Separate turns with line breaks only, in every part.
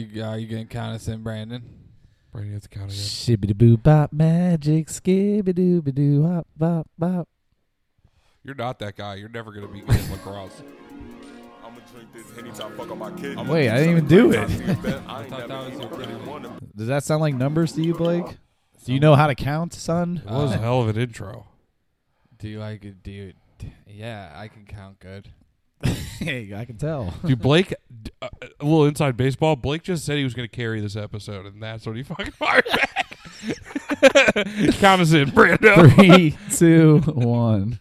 You, uh, you getting cognizant, Brandon?
Brandon, you have to
Oh,
count again.
Shibbity boo bop magic, skibby dooby doo hop bop bop.
You're not that guy. You're never gonna be good at lacrosse.
I'm gonna drink this anytime fuck on my kid.
I'ma Wait, do I didn't something even do crazy.
I, I ain't
thought that
never
was
even
your
really
plan.
wanna
Does that sound like numbers to you, Blake? Do you know how to count, son?
That was a hell of an intro.
Do you like it, dude? Yeah, I can count good.
hey, I can tell.
Dude, Blake, d- uh, a little inside baseball. Blake just said he was going to carry this episode, and that's what he fucking fired back. Count us in, Brando.
Three, two, one.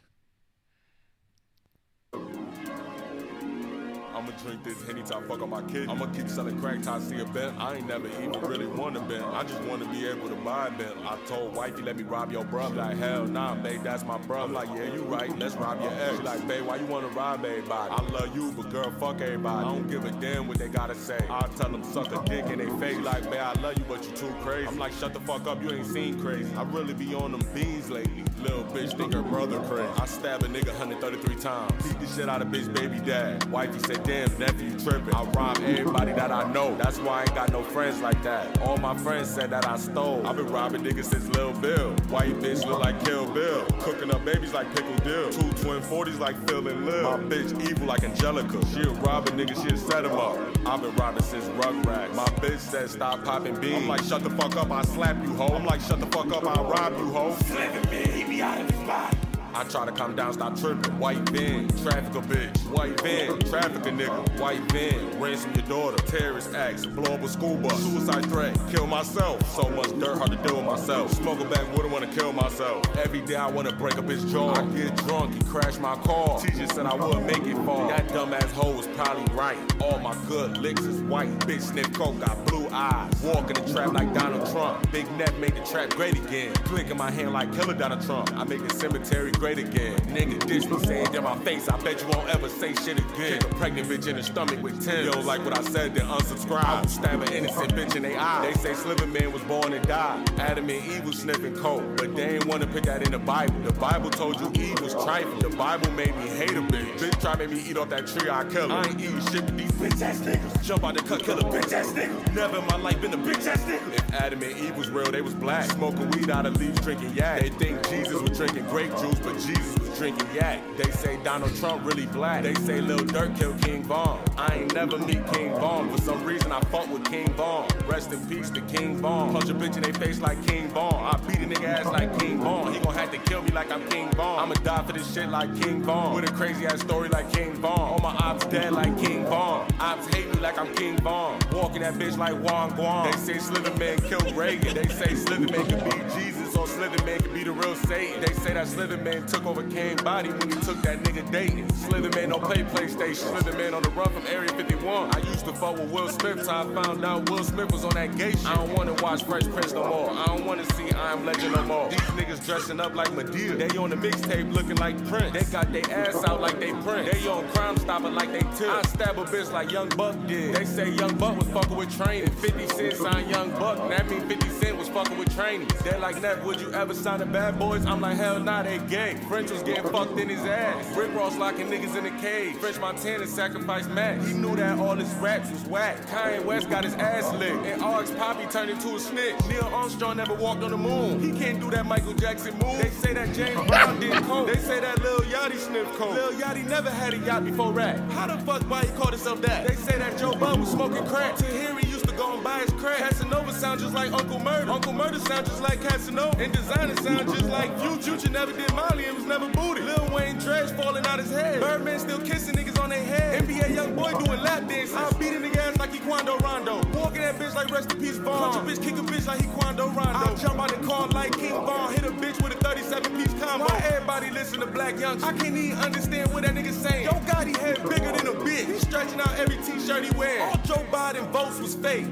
I'ma drink this anytime fuck on my kid. I'ma keep selling crack till I see a bent. I ain't never even really wanna bent. I just wanna be able to buy a bent. I told wifey, let me rob your brother. She like, hell nah, babe, that's my brother. I'm like, yeah, you right, let's rob your ex. She like, babe, why you wanna rob everybody? I love you, but girl, fuck everybody. I don't give a damn what they gotta say. I tell them suck a dick in they face. She like, babe, I love you, but you too crazy. I'm like, shut the fuck up, you ain't seen crazy. I really be on them beans lately. Little bitch think her brother crazy. I stab a nigga 133 times. Beat the shit out of bitch baby dad. Wifey said, damn, nephew you tripping. I rob everybody that I know. That's why I ain't got no friends like that. All my friends said that I stole. I've been robbing niggas since Lil Bill. White bitch look like Kill Bill. Cooking up babies like Pickle Dill. Two twin 40s like Phil and Lil. My bitch evil like Angelica. She'll rob a nigga, she'll set him up. I've been robbing since Rugrats. My bitch said, stop popping beans. I'm like, shut the fuck up, I slap you, hoe. I'm like, shut the fuck up, I rob you, hoe. I try to calm down, stop tripping. White van, traffic a bitch. White van, traffic a nigga. White van, ransom your daughter. Terrorist acts, blow up a school bus. Suicide threat, kill myself. So much dirt, hard to deal with myself. Smoke a bag, wouldn't wanna kill myself. Every day I wanna break up his jaw. I get drunk and crash my car. Teacher said I would make it fall. That dumbass hoe was probably right. All my good licks is white. Bitch sniff coke, got blue eyes. Walk in the trap like Donald Trump. Big neck made the trap great again. Click in my hand like killer Donald Trump. I make the cemetery great again. Nigga dish me saying in my face. I bet you won't ever say shit again. Kick a pregnant bitch in the stomach with 10. Yo, like what I said, then unsubscribe. I would stab an innocent bitch in they eye. They say Sliver Man was born and died. Adam and Eve was sniffing coke. But they ain't wanna put that in the Bible. The Bible told you Eve was trifling. The Bible made me hate a bitch. Bitch try make me eat off that tree, I kill her. I ain't eating shit with these bitch ass niggas. Jump out the cut, kill a bitch ass nigga. Never in my life been a bitch ass nigga. If Adam and Eve was real, they was black. Smoking weed out of leaves, drinking yak. They think Jesus was drinking grape juice, but Jesus was drinking yak. They say Donald Trump really black. They say Lil Durk killed King Vaughn. I ain't never meet King Vaughn. For some reason, I fought with King Vaughn. Rest in peace to King Vaughn. Punch a bitch in they face like King Vaughn. I beat a nigga ass like King Vaughn. He gon' have to kill me like I'm King Vaughn. I'ma die for this shit like King Vaughn. With a crazy ass story like King Vaughn. All my ops dead like King Vaughn. Ops hate me like I'm King Vaughn. Walking that bitch like Juan Guan. They say Slitherman killed Reagan. They say Slitherman could be Jesus or Slitherman could be the real Satan. They say that Slitherman took over King Body when he took that nigga dating. Slitherman don't play PlayStation. Slitherman on the run from Area 51. I used to fuck with Will Smith till I found out Will Smith was on that gay shit. I don't wanna watch Fresh Prince no more. I don't wanna see I Am Legend no more. These niggas dressing up like Medea. They on the mixtape looking like Prince. They got their ass out like they Prince. They on Crime Stopper like they tip. I stab a bitch like Young Buck did. They say Young Buck was fucking with training. 50 Cent signed Young Buck. That mean 50 Cent was fucking with trainees. They like, Neff, would you ever sign the bad boys? I'm like, hell nah, they gay. French was getting fucked in his ass. Rick Ross locking niggas in a cage. French Montana sacrificed Matt. He knew that all his raps was whack. Kanye West got his ass licked. And RX Poppy turned into a snitch. Neil Armstrong never walked on the moon. He can't do that Michael Jackson move. They say that James Brown did coke. They say that Lil Yachty sniffed coke. Lil Yachty never had a yacht before rap. How the fuck why he called himself that? They say that Joe Bud was smoking crack. To hear he used to go and buy his crack. Casanova sound just like Uncle Murder. Uncle Murder sound just like Casanova. And designer sound just like you. Future never did Molly and was never booted. Lil Wayne dreads falling out his head. Birdman still kissing niggas on their head. NBA young boy doing lap dances. I beat a nigga ass like he Quando Rondo. Walking that bitch like rest in peace Vaughn. Punch a bitch, kick a bitch like he Quando Rondo. I jump out the car like King Vaughn. Hit a bitch with a 37 piece combo. Why everybody listen to Black Young? I can't even understand what that nigga saying. Yo, God, he head bigger than a bitch. He stretching out every t-shirt he wears. All Joe Biden votes was fake.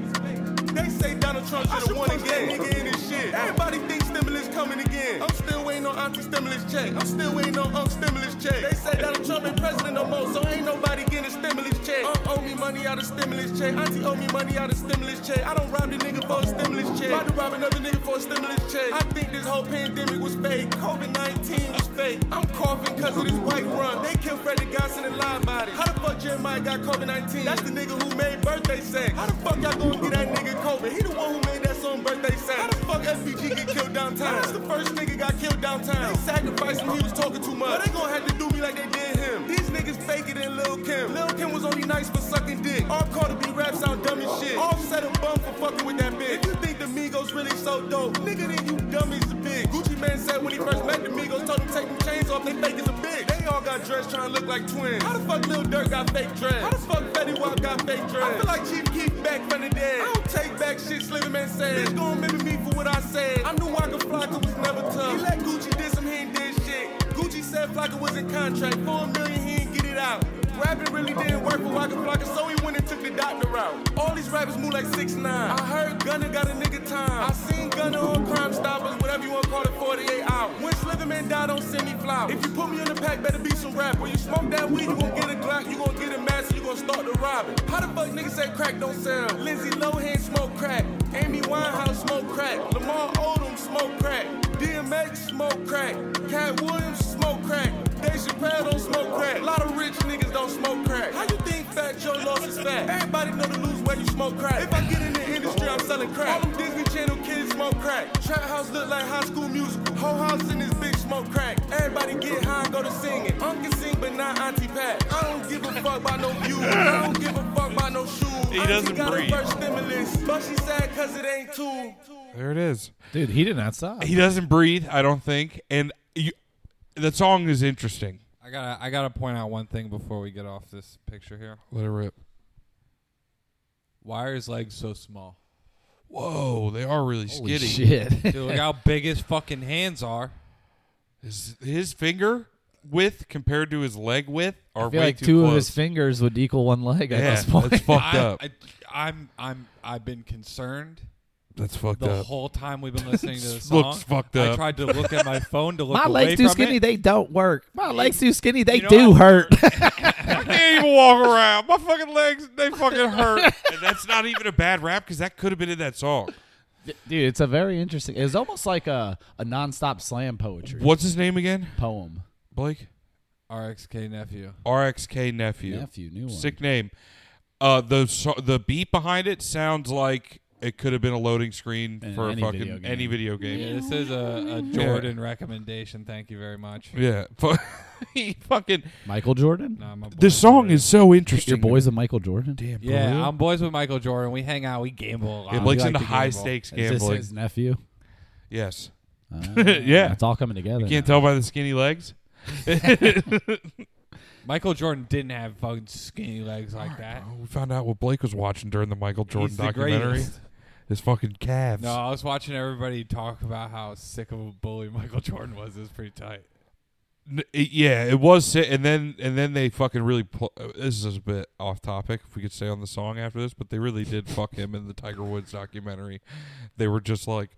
They say Donald Trump should have won again. Nigga in his shit. Everybody thinks stimulus coming again. I'm still waiting on auntie stimulus check. I'm still waiting on uncle stimulus check. They say Donald Trump ain't president no more, so ain't nobody getting a stimulus check. Uncle owe me money out of stimulus check. Auntie owe me money out of stimulus check. I don't rob the nigga for a stimulus check. Why do rob another nigga for a stimulus check? I think this whole pandemic was fake. COVID 19 was fake. I'm coughing because of this white run. They killed Freddie Johnson and lied about it. How the fuck Jeremiah got COVID 19? That's the nigga who made birthday sex. How the fuck y'all gonna get that nigga COVID? He the one who made that song birthday sex. How the fuck FBG get killed downtown? That's the first nigga got killed downtown. They sacrificed him, he was talking too much. But they gonna have to do me like they did him. These niggas fake it in Lil Kim. Lil Kim was only nice for sucking dick. All Carter B raps sound dumb as shit. Offset a bum for fucking with that bitch. If you think the Migos really so dope, nigga, then you dumb as a bitch. Gucci man said when he first met the Migos, told him take them chains off, they fake as a bitch. They all got dressed trying to look like twins. How the fuck Lil Durk got fake dress? How the fuck Fetty Wap got fake dress? I feel like Chief Keef back from the dead. I don't take back shit Slitter Man said. Bitch gon' remember me for what I said. I knew I could fly, 'cause it was never tough. He let Gucci diss him, he ain't did shit. Gucci said Flocka was in contract. Four million, he ain't get it out. Rapping really didn't work for Waka Flocka, so he went and took the doctor out. All these rappers move like 6 9 I heard Gunna got a nigga time. I seen Gunna on Crime Stoppers, whatever you wanna call it, 48 hours. When Slitherman died, don't send me flowers. If you put me in the pack, better be some rap. When you smoke that weed, you gon' get a Glock, you gon' get a mask, you gon' start to robbing. How the fuck niggas say crack don't sell? Lindsay Lohan smoke crack. Amy Winehouse smoke crack. Lamar Odom smoke crack. DMX smoke crack. Cat Williams smoke crack. Dave Chappelle don't smoke crack. A lot of rich niggas don't smoke crack. How you think fat Joe loss is fat? Everybody know to lose where you smoke crack. If I get in the industry, I'm selling crack. All them Disney Channel kids smoke crack. Trap house look like high school musical. Whole house in this bitch smoke crack. Everybody get high and go to singing. Unc can sing, but not Auntie Pat. I don't give a fuck about no views. I don't give a fuck about no shoes.
He
Auntie
doesn't
got
breathe.
her first stimulus, but she sad cause it ain't two.
There it is.
Dude, he did not stop.
He doesn't breathe, I don't think. And you, the song is interesting.
I gotta I gotta point out one thing before we get off this picture here.
Let it rip.
Why are his legs so small?
Whoa, they are really
Holy
skitty.
shit.
Dude, look how big his fucking hands are.
His, his finger width compared to his leg width are
I feel
way
like
too
two
close.
of his fingers would equal one leg at
yeah,
this point.
that's fucked
I,
up.
I, am I'm I've been concerned
that's fucked
the
up.
whole time we've been listening to this song.
Looks fucked
I
up.
tried to look at my phone to look
My
away
legs too
from
skinny,
it.
they don't work. My legs too skinny, they
You know
do
what?
hurt.
I can't even walk around. My fucking legs, they fucking hurt. and that's not even a bad rap because that could have been in that song.
Dude, it's a very interesting. It's almost like a a nonstop slam poetry
What's his name again?
poem.
Blake?
RXK nephew.
RXK Nephew.
Nephew, new one.
Sick name. Uh, the so- the beat behind it sounds like it could have been a loading screen
In
for a
any
fucking
video game.
any video game.
Yeah, this is a, a Jordan recommendation. Thank you very much.
Yeah. Fu- he fucking.
Michael Jordan.
Nah, I'm a boy
The song
Jordan.
is so interesting.
Your boys with Michael Jordan.
Damn, bro.
Yeah, I'm boys with Michael Jordan. We hang out. We gamble a lot.
Yeah,
We
Blake's
like
into
to
high
gamble.
stakes
Is this
gambling.
his nephew?
yes.
Uh,
Yeah.
it's all coming together.
Can't
now.
tell by the skinny legs.
Michael Jordan didn't have fucking skinny legs like that.
Oh, we found out what Blake was watching during the Michael Jordan
He's the
documentary.
greatest.
His fucking calves.
No, I was watching everybody talk about how sick of a bully Michael Jordan was. It was pretty tight.
N- it- yeah, it was. si- And then and then they fucking really. Pl- uh, this is a bit off topic. If we could stay on the song after this, but they really did fuck him in the Tiger Woods documentary. They were just like.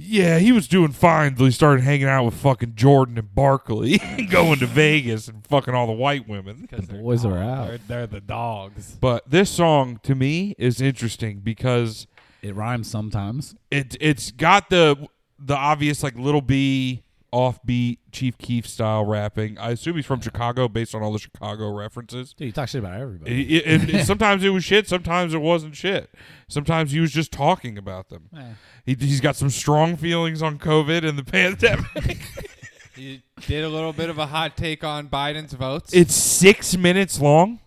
Yeah, he was doing fine until he started hanging out with fucking Jordan and Barkley, going to Vegas and fucking all the white women.
The
boys are out.
They're, they're the dogs.
But this song to me is interesting because
It rhymes sometimes.
it it's got the the obvious like little B offbeat Chief Keef style rapping. I assume he's from Chicago based on all the Chicago references.
Dude, you talk shit about everybody.
It- it- it- sometimes it was shit. Sometimes it wasn't shit. Sometimes he was just talking about them.
Eh.
He, he's got some strong feelings on COVID and the pandemic.
You did a little bit of a hot take on Biden's votes.
it's six minutes long,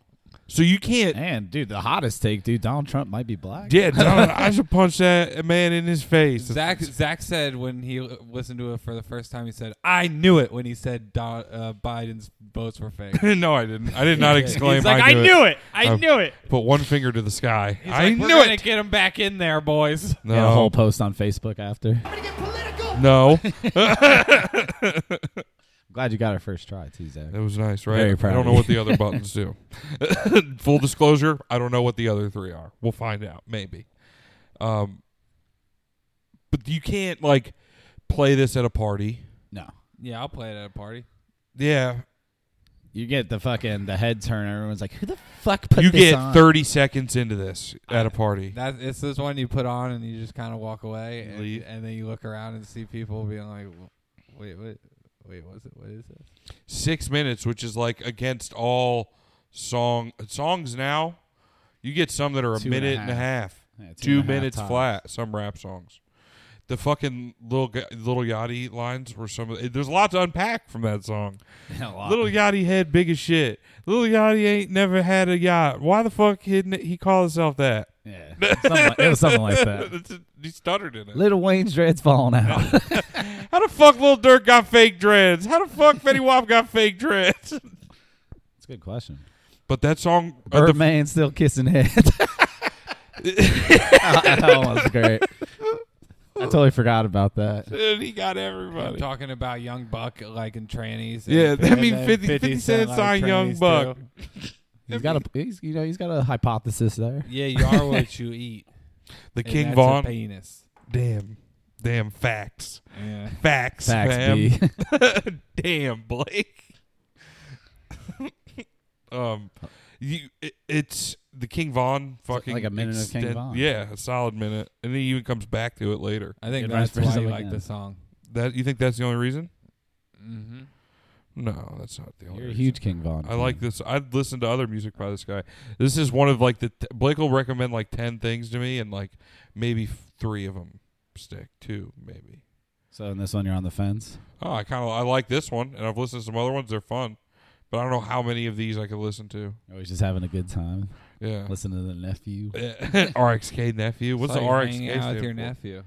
so you can't
And dude, the hottest take, dude, Donald Trump might be black.
Yeah, Donald, I should punch that man in his face.
Zach Zach said when he l- listened to it for the first time, he said, "I knew it." When he said Do- uh, Biden's votes were fake,
no, I didn't. I did not exclaim.
he's like, "I, knew, it. I
Oh.
knew it."
Put one finger to the sky.
He's
I
like, "We're
knew
gonna
it.
get him back in there, boys."
No,
Got a whole post on Facebook after.
no,
Glad you got it first try too, Zach.
that was nice, right?
Very proud
I don't
of
know
you.
what the other buttons do. Full disclosure, I don't know what the other three are. We'll find out, maybe. Um, but you can't like play this at a party.
No.
Yeah, I'll play it at a party.
Yeah,
You get the fucking the head turner. Everyone's like, "Who the fuck put
you
this
get
on?"
thirty seconds into this at a party.
That it's this one you put on and you just kind of walk away, and,
Leave.
and then you look around and see people being like, "Wh- "Wait, what? Wait, what's it? What is this?"
Six minutes, which is like against all song songs now. You get some that are a
Two and a
minute and a half,
Yeah, two
two
and a half
minutes
times.
flat. Some rap songs. The fucking little Ga- little Yachty lines were some. Of, there's a lot to unpack from that song.
A lot.
Little Yachty head big as shit. Little Yachty ain't never had a yacht. Why the fuck he, he call himself that?
Yeah. Something like- it was something like that.
he stuttered in it.
Little Wayne's dreads falling out.
How the fuck Lil Durk got fake dreads? How the fuck Fetty Wap got fake dreads?
It's a good question.
But that song, uh, the-
Birdman still kissing head.
that one was great. I totally forgot about that.
dude, he got
I'm
everybody.
talking about Young Buck, like in trannies. and-
Yeah, I
and
mean,
then
50 50 Cent signed
like,
Young
trannies,
Buck.
too.
He's got a he's, you know he's got a hypothesis there.
Yeah, you are what you eat.
The
and
King
that's a
Vaughn.
penis.
Damn, damn facts,
Yeah.
facts,
Facts
fam.
B.
damn blake um you it, it's the king vaughn fucking
like a minute of King Von?
yeah a solid minute and he even comes back to it later
I think
It runs
that's
for
why you
something
like
else.
the song.
that you think that's the only reason
Mm-hmm.
no that's not the only
You're a
reason.
huge King Von.
i like this i've listened to other music by this guy this is one of like the t- blake will recommend like 10 things to me and like maybe f- three of them stick two maybe
So in this one, you're on the fence.
oh i kind of i like this one and i've listened to some other ones they're fun but i don't know how many of these i could listen to
You're always just having a good time.
yeah
Listen to the nephew.
RXK nephew. What's the RXK
hanging out with
stand
your
for?
nephew?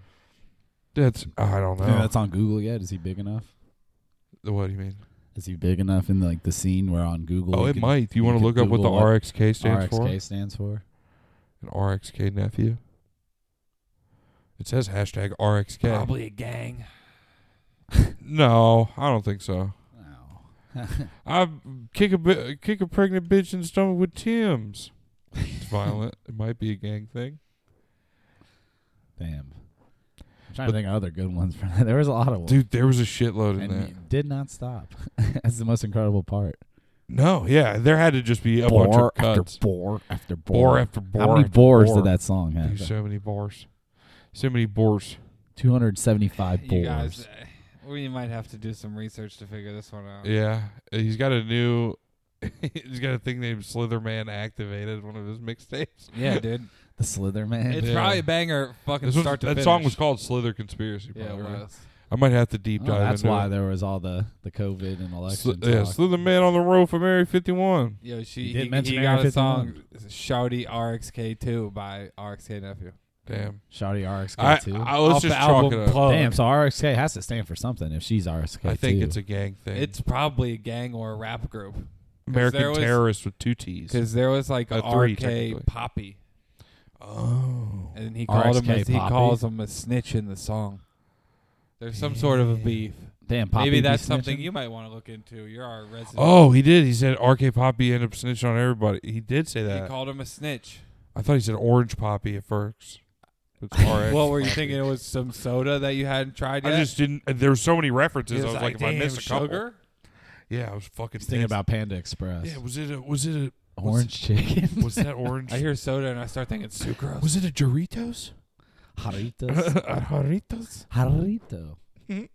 That's I don't know.
Yeah, that's on Google yet. Is he big enough?
what do you mean?
Is he big enough in like the scene where on Google?
oh,
you
it
can-
might. Do you,
you
want to
could
look up what the
Google what
RXK stands for?
RXK stands for.
An RXK nephew. It says hashtag RXK.
Probably a gang.
No, I don't think so.
No.
I kick a bi- kick a pregnant bitch in the stomach with Tim's. It's violent. it might be a gang thing.
Damn. I'm trying to think of other good ones. From that. There was a lot of ones.
Dude, there was a shitload in
and
that.
it did not stop. That's the most incredible part.
No, yeah, there had to just be a bunch of cuts.
bore after
Bore after bore.
How many
after
bores
bore.
did that song
Dude,
have?
so many bars. So many bars.
275
You guys,
bores.
eh, we might have to do some research to figure this one out.
Yeah. He's got a new he's got a thing named Slitherman activated one of his mixtapes.
Yeah, dude.
The Slither Man.
It's
Yeah.
probably a banger. Fucking
This
start
was,
to
that
finish.
song was called Slither Conspiracy
Yeah, it
probably.
was.
I might have to deep
Oh,
dive
that's
into
why
it.
there was all the, the COVID and
Sli-
election.
yeah,
talk.
Slitherman on the road from Area 51.
Yo, she
He did
he,
mention
he
Area
got a song, "Shouty RXK 2 by RXK nephew.
Damn.
Shawty RXK
I,
too.
I, let's
Off
just
the
chalk
album
it up.
Plug.
Damn, so RXK has to stand for something if she's RXK.
I think
too.
it's a gang thing.
It's probably a gang or a rap group
American
there was-
terrorists with two T's.
because there was like a
A three, technically.
RK Poppy,
Oh.
and he called him
RXK
a, he
Poppy?
calls him a snitch in the song. There's some sort of a beef.
damn. Poppy
Maybe
be
that's something
snitching?
you might want to look into. You're our resident.
Oh, he did. He said RK Poppy ended up snitching on everybody. He did say
he
that.
called him a snitch.
I thought he said Orange Poppy at first. It's RX.
What were you
Poppy.
thinking? It was some soda that you hadn't tried yet.
I just didn't. There were so many references.
He
I was like, if I
"Damn,
missed a couple,
sugar?
yeah, I was fucking
Just thinking
pissed.
about Panda Express.
Yeah, was it a was it
Orange chicken.
a was that orange?
I hear soda and I start thinking sucrose.
was it a Doritos? Doritos.
Jarritos. Jarrito.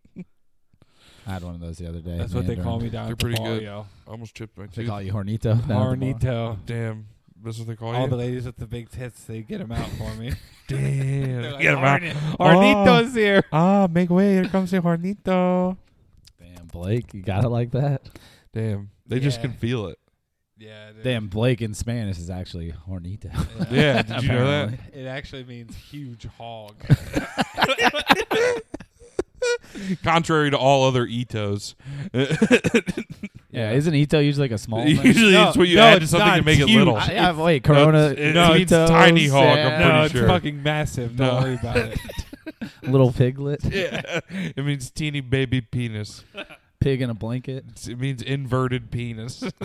I had one of those the other day.
That's what they call me down
They're
at the
pretty
bar,
good.
yo.
I almost chipped my
They
tooth. Oh,
call you Hornito. down at the bar.
Hornito.
Damn, that's what they call
All
you.
the ladies with the big tits, they get them out for me.
Damn,
They're like,
get 'em out.
"Horni-
Oh.
Hornito's here.
Ah, make way! Here comes the Hornito.
Damn, Blake, you got it like that.
Damn, they just
Yeah.
can feel it.
Yeah, dude.
Damn, Blake in Spanish is actually Hornito.
Yeah, did you know that?
Apparently.
It actually means huge hog.
Contrary to all other itos,
Yeah, isn't Ito usually like a small? man?
usually
No,
it's what you
no,
add to
it's
something to
not.
make it
Huge.
little.
I, I, wait, Corona.
it's- no, it's
Tito's,
Tiny Hog, I'm
yeah.
pretty
no, it's
sure.
fucking massive. Don't
No.
worry about it.
Little piglet,
yeah, it means teeny baby penis.
pig in a blanket.
It means inverted penis.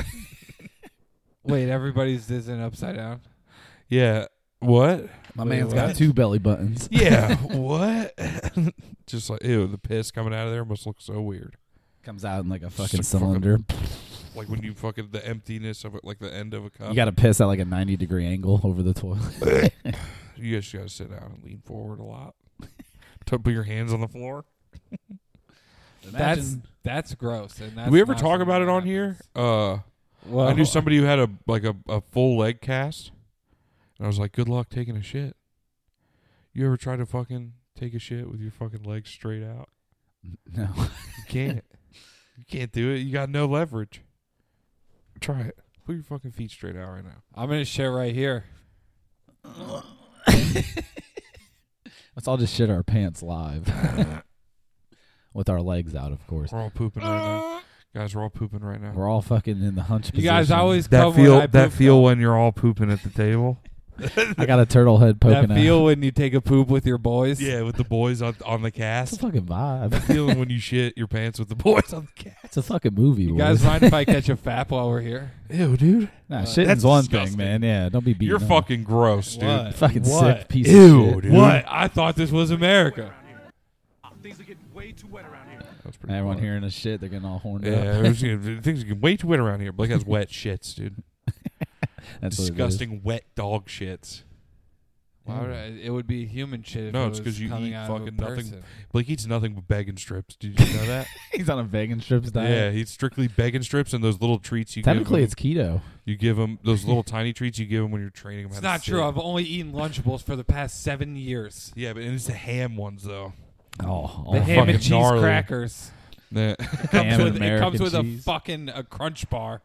Wait, everybody's this and upside down.
yeah. What?
My
Wait,
man's
what?
got two belly buttons.
Yeah. what? Just like ew, the piss coming out of there must look so weird.
Comes out in like a
Just
fucking
a fucking-
cylinder.
Like when you fucking the emptiness of it, like the end of a cup.
You got to piss at like a 90 degree angle over the toilet.
You guys gotta sit down and lean forward a lot. to put your hands on the floor.
That's that's gross. And that's
Did we ever
not
talk
something
about it
that
on here?
happens.
Uh,
Well,
I knew somebody who had a like a, a full leg cast, and I was like, "Good luck taking a shit." You ever try to fucking take a shit with your fucking legs straight out?
No.
You can't. you can't do it. You got no leverage. Try it. Put your fucking feet straight out right now.
I'm gonna share right here.
Let's all just shit our pants live. With our legs out, of course.
We're all pooping right now, guys. We're all pooping right now.
We're all fucking in the hunch
You guys
position.
always come when I poop, though.
when you're all pooping at the table.
I got a turtle head poking
that
out.
feel when you take a poop with your boys.
yeah, with the boys on on the
It's a
cast.
fucking vibe.
Feeling when you shit your pants with the boys on the cast.
It's a fucking movie.
You guys
boys.
mind if I catch a fap while we're here?
Ew, dude.
Nah,
Uh,
shitting's
that's
one
disgusting.
thing, man. Yeah, don't be beating.
You're
up.
fucking gross, dude.
What?
fucking
What?
sick piece
Ew,
of shit.
dude.
What? I thought this was America.
That's pretty
Everyone
funny.
hearing this shit, they're getting all horned
Yeah, it was- things get way too wet around here. Blake has wet shits, dude.
up. That's what it is.
Disgusting wet dog shits.
Why would I-
Mm.
it would be human shit. If
No,
it
it's 'cause
was
you
coming
eat
out of a
fucking nothing.
person.
Blake eats nothing but bacon strips. Did you know that?
He's on a vegan strips
yeah,
diet.
he's strictly bacon strips and those little treats you
Technically,
give
it's keto.
him. You give him those little tiny treats you give him when you're training him.
It's
how to
not true.
sit.
I've only eaten Lunchables for the past seven years.
Yeah, but and it's the ham ones though.
Oh, all
The ham
fucking
and cheese
gnarly.
crackers.
Yeah.
ham
Comes
and
with, it
American
comes with a
cheese.
fucking a crunch bar.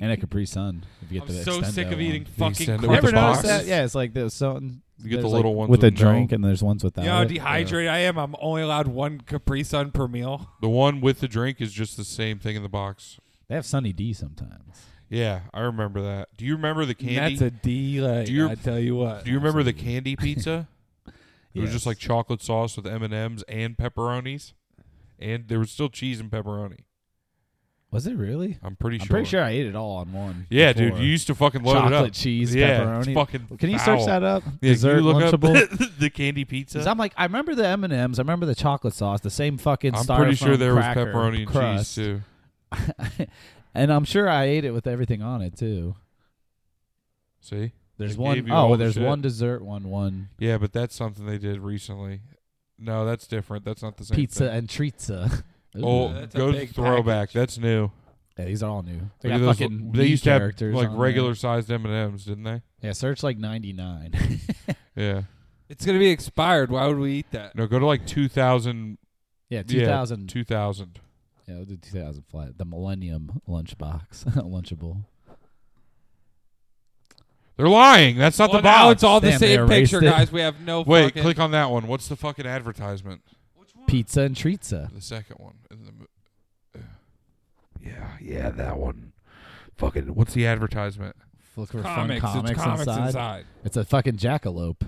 and a Capri Sun. If you
I'm
get the
so sick
Extendo
of eating
one.
fucking
Extendo
crunch
with the
Ever
box.
noticed that? Yeah, it's like there's something.
You get the
there's
little
like
ones
with a
with no-
drink, and there's ones without.
You know how
it.
dehydrated I am. I'm only allowed one Capri Sun per meal.
the one with the drink is just the same thing in the box.
They have Sunny D sometimes.
Yeah, I remember that. Do you remember the candy?
That's a D. Like,
Do you-
I tell you what.
Do you remember the candy pizza? It was
Yes.
just like chocolate sauce with M and M's and pepperonis, and there was still cheese and pepperoni.
Was it really?
I'm pretty
I'm
sure.
pretty sure I ate it all on one.
Yeah,
before.
dude, you used to fucking load it
chocolate
up.
cheese
yeah, it's
pepperoni.
fucking.
Can you search
foul.
that up?
Yeah, can
Dessert
you look
lunchable.
up the candy pizza.
Because I'm like, I remember the M and M's. I remember the chocolate sauce. The same fucking.
I'm pretty sure
styrofoam
there was
cracker
pepperoni and
crust.
cheese too.
and I'm sure I ate it with everything on it too.
See,
There's
They gave
one
you
oh,
all the
there's
shit.
one dessert, one one
yeah, but that's something they did recently. No, that's different. That's not the same.
pizza
Thing.
and treatza. Ooh.
Oh,
That's a
go to
big
throwback. That's new.
yeah, these are all new. They
Look at
got
those
fucking
li- they
meat
used to have
characters
like
on
regular sized M and M's, didn't they?
There. Yeah, search like 99.
Yeah.
It's gonna be expired. Why would we eat that?
No, go to like 2000.
yeah,
Yeah,
2000.
2000.
Yeah, we'll do 2000 flat. The Millennium Lunchbox, Lunchable.
They're lying. That's not
well,
the
now
box.
it's all the
Damn, they
same
erased
picture,
it.
guys. We have no
Wait,
fucking.
click on that one. What's the fucking advertisement?
Pizza and treatza.
The second one. In the, mo- uh, yeah, yeah, that one. Fucking, what's the advertisement?
Look for
comics.
fun comics,
it's comics
inside.
inside.
It's a fucking jackalope.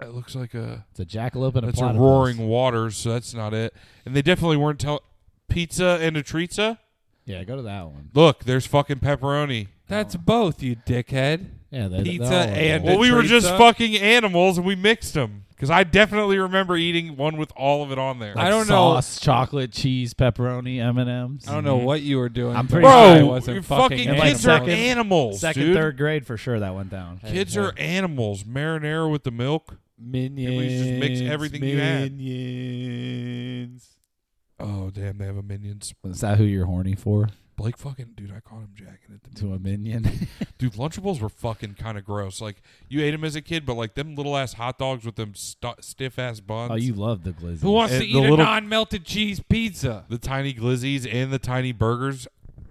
It looks like a.
It's a jackalope and a
That's a
platypus.
roaring waters, so that's not it. And they definitely weren't telling. Pizza and a treatza?
Yeah, go to that one.
Look, there's fucking pepperoni.
That's both, you dickhead.
Yeah, they,
Pizza
they're all
and-
available.
Well, we were just
treatza?
fucking animals and we mixed them. Because I definitely remember eating one with all of it on there.
I don't know-
sauce, chocolate, cheese, pepperoni, M and M's.
I don't know what you were doing.
I'm
but
pretty
I
sure
Bro,
wasn't
your
fucking.
fucking
and,
animals.
kids
like,
are
second-
animals,
Second,
dude.
third grade for sure. That went down.
Kids are animals. Marinara with the milk.
minions.
we just mix everything you had?
Minions.
Oh damn, they have a minions.
Is that who you're horny for?
Blake fucking dude, I caught him jacking it.
To a minion?
Dude, Lunchables were fucking kind of gross. Like you ate them as a kid, but like them little ass hot dogs with them stu- stiff ass buns.
oh, you love the glizzy.
Who wants
And
to
the
eat a
little-
non-melted cheese pizza?
the tiny glizzies and the tiny burgers.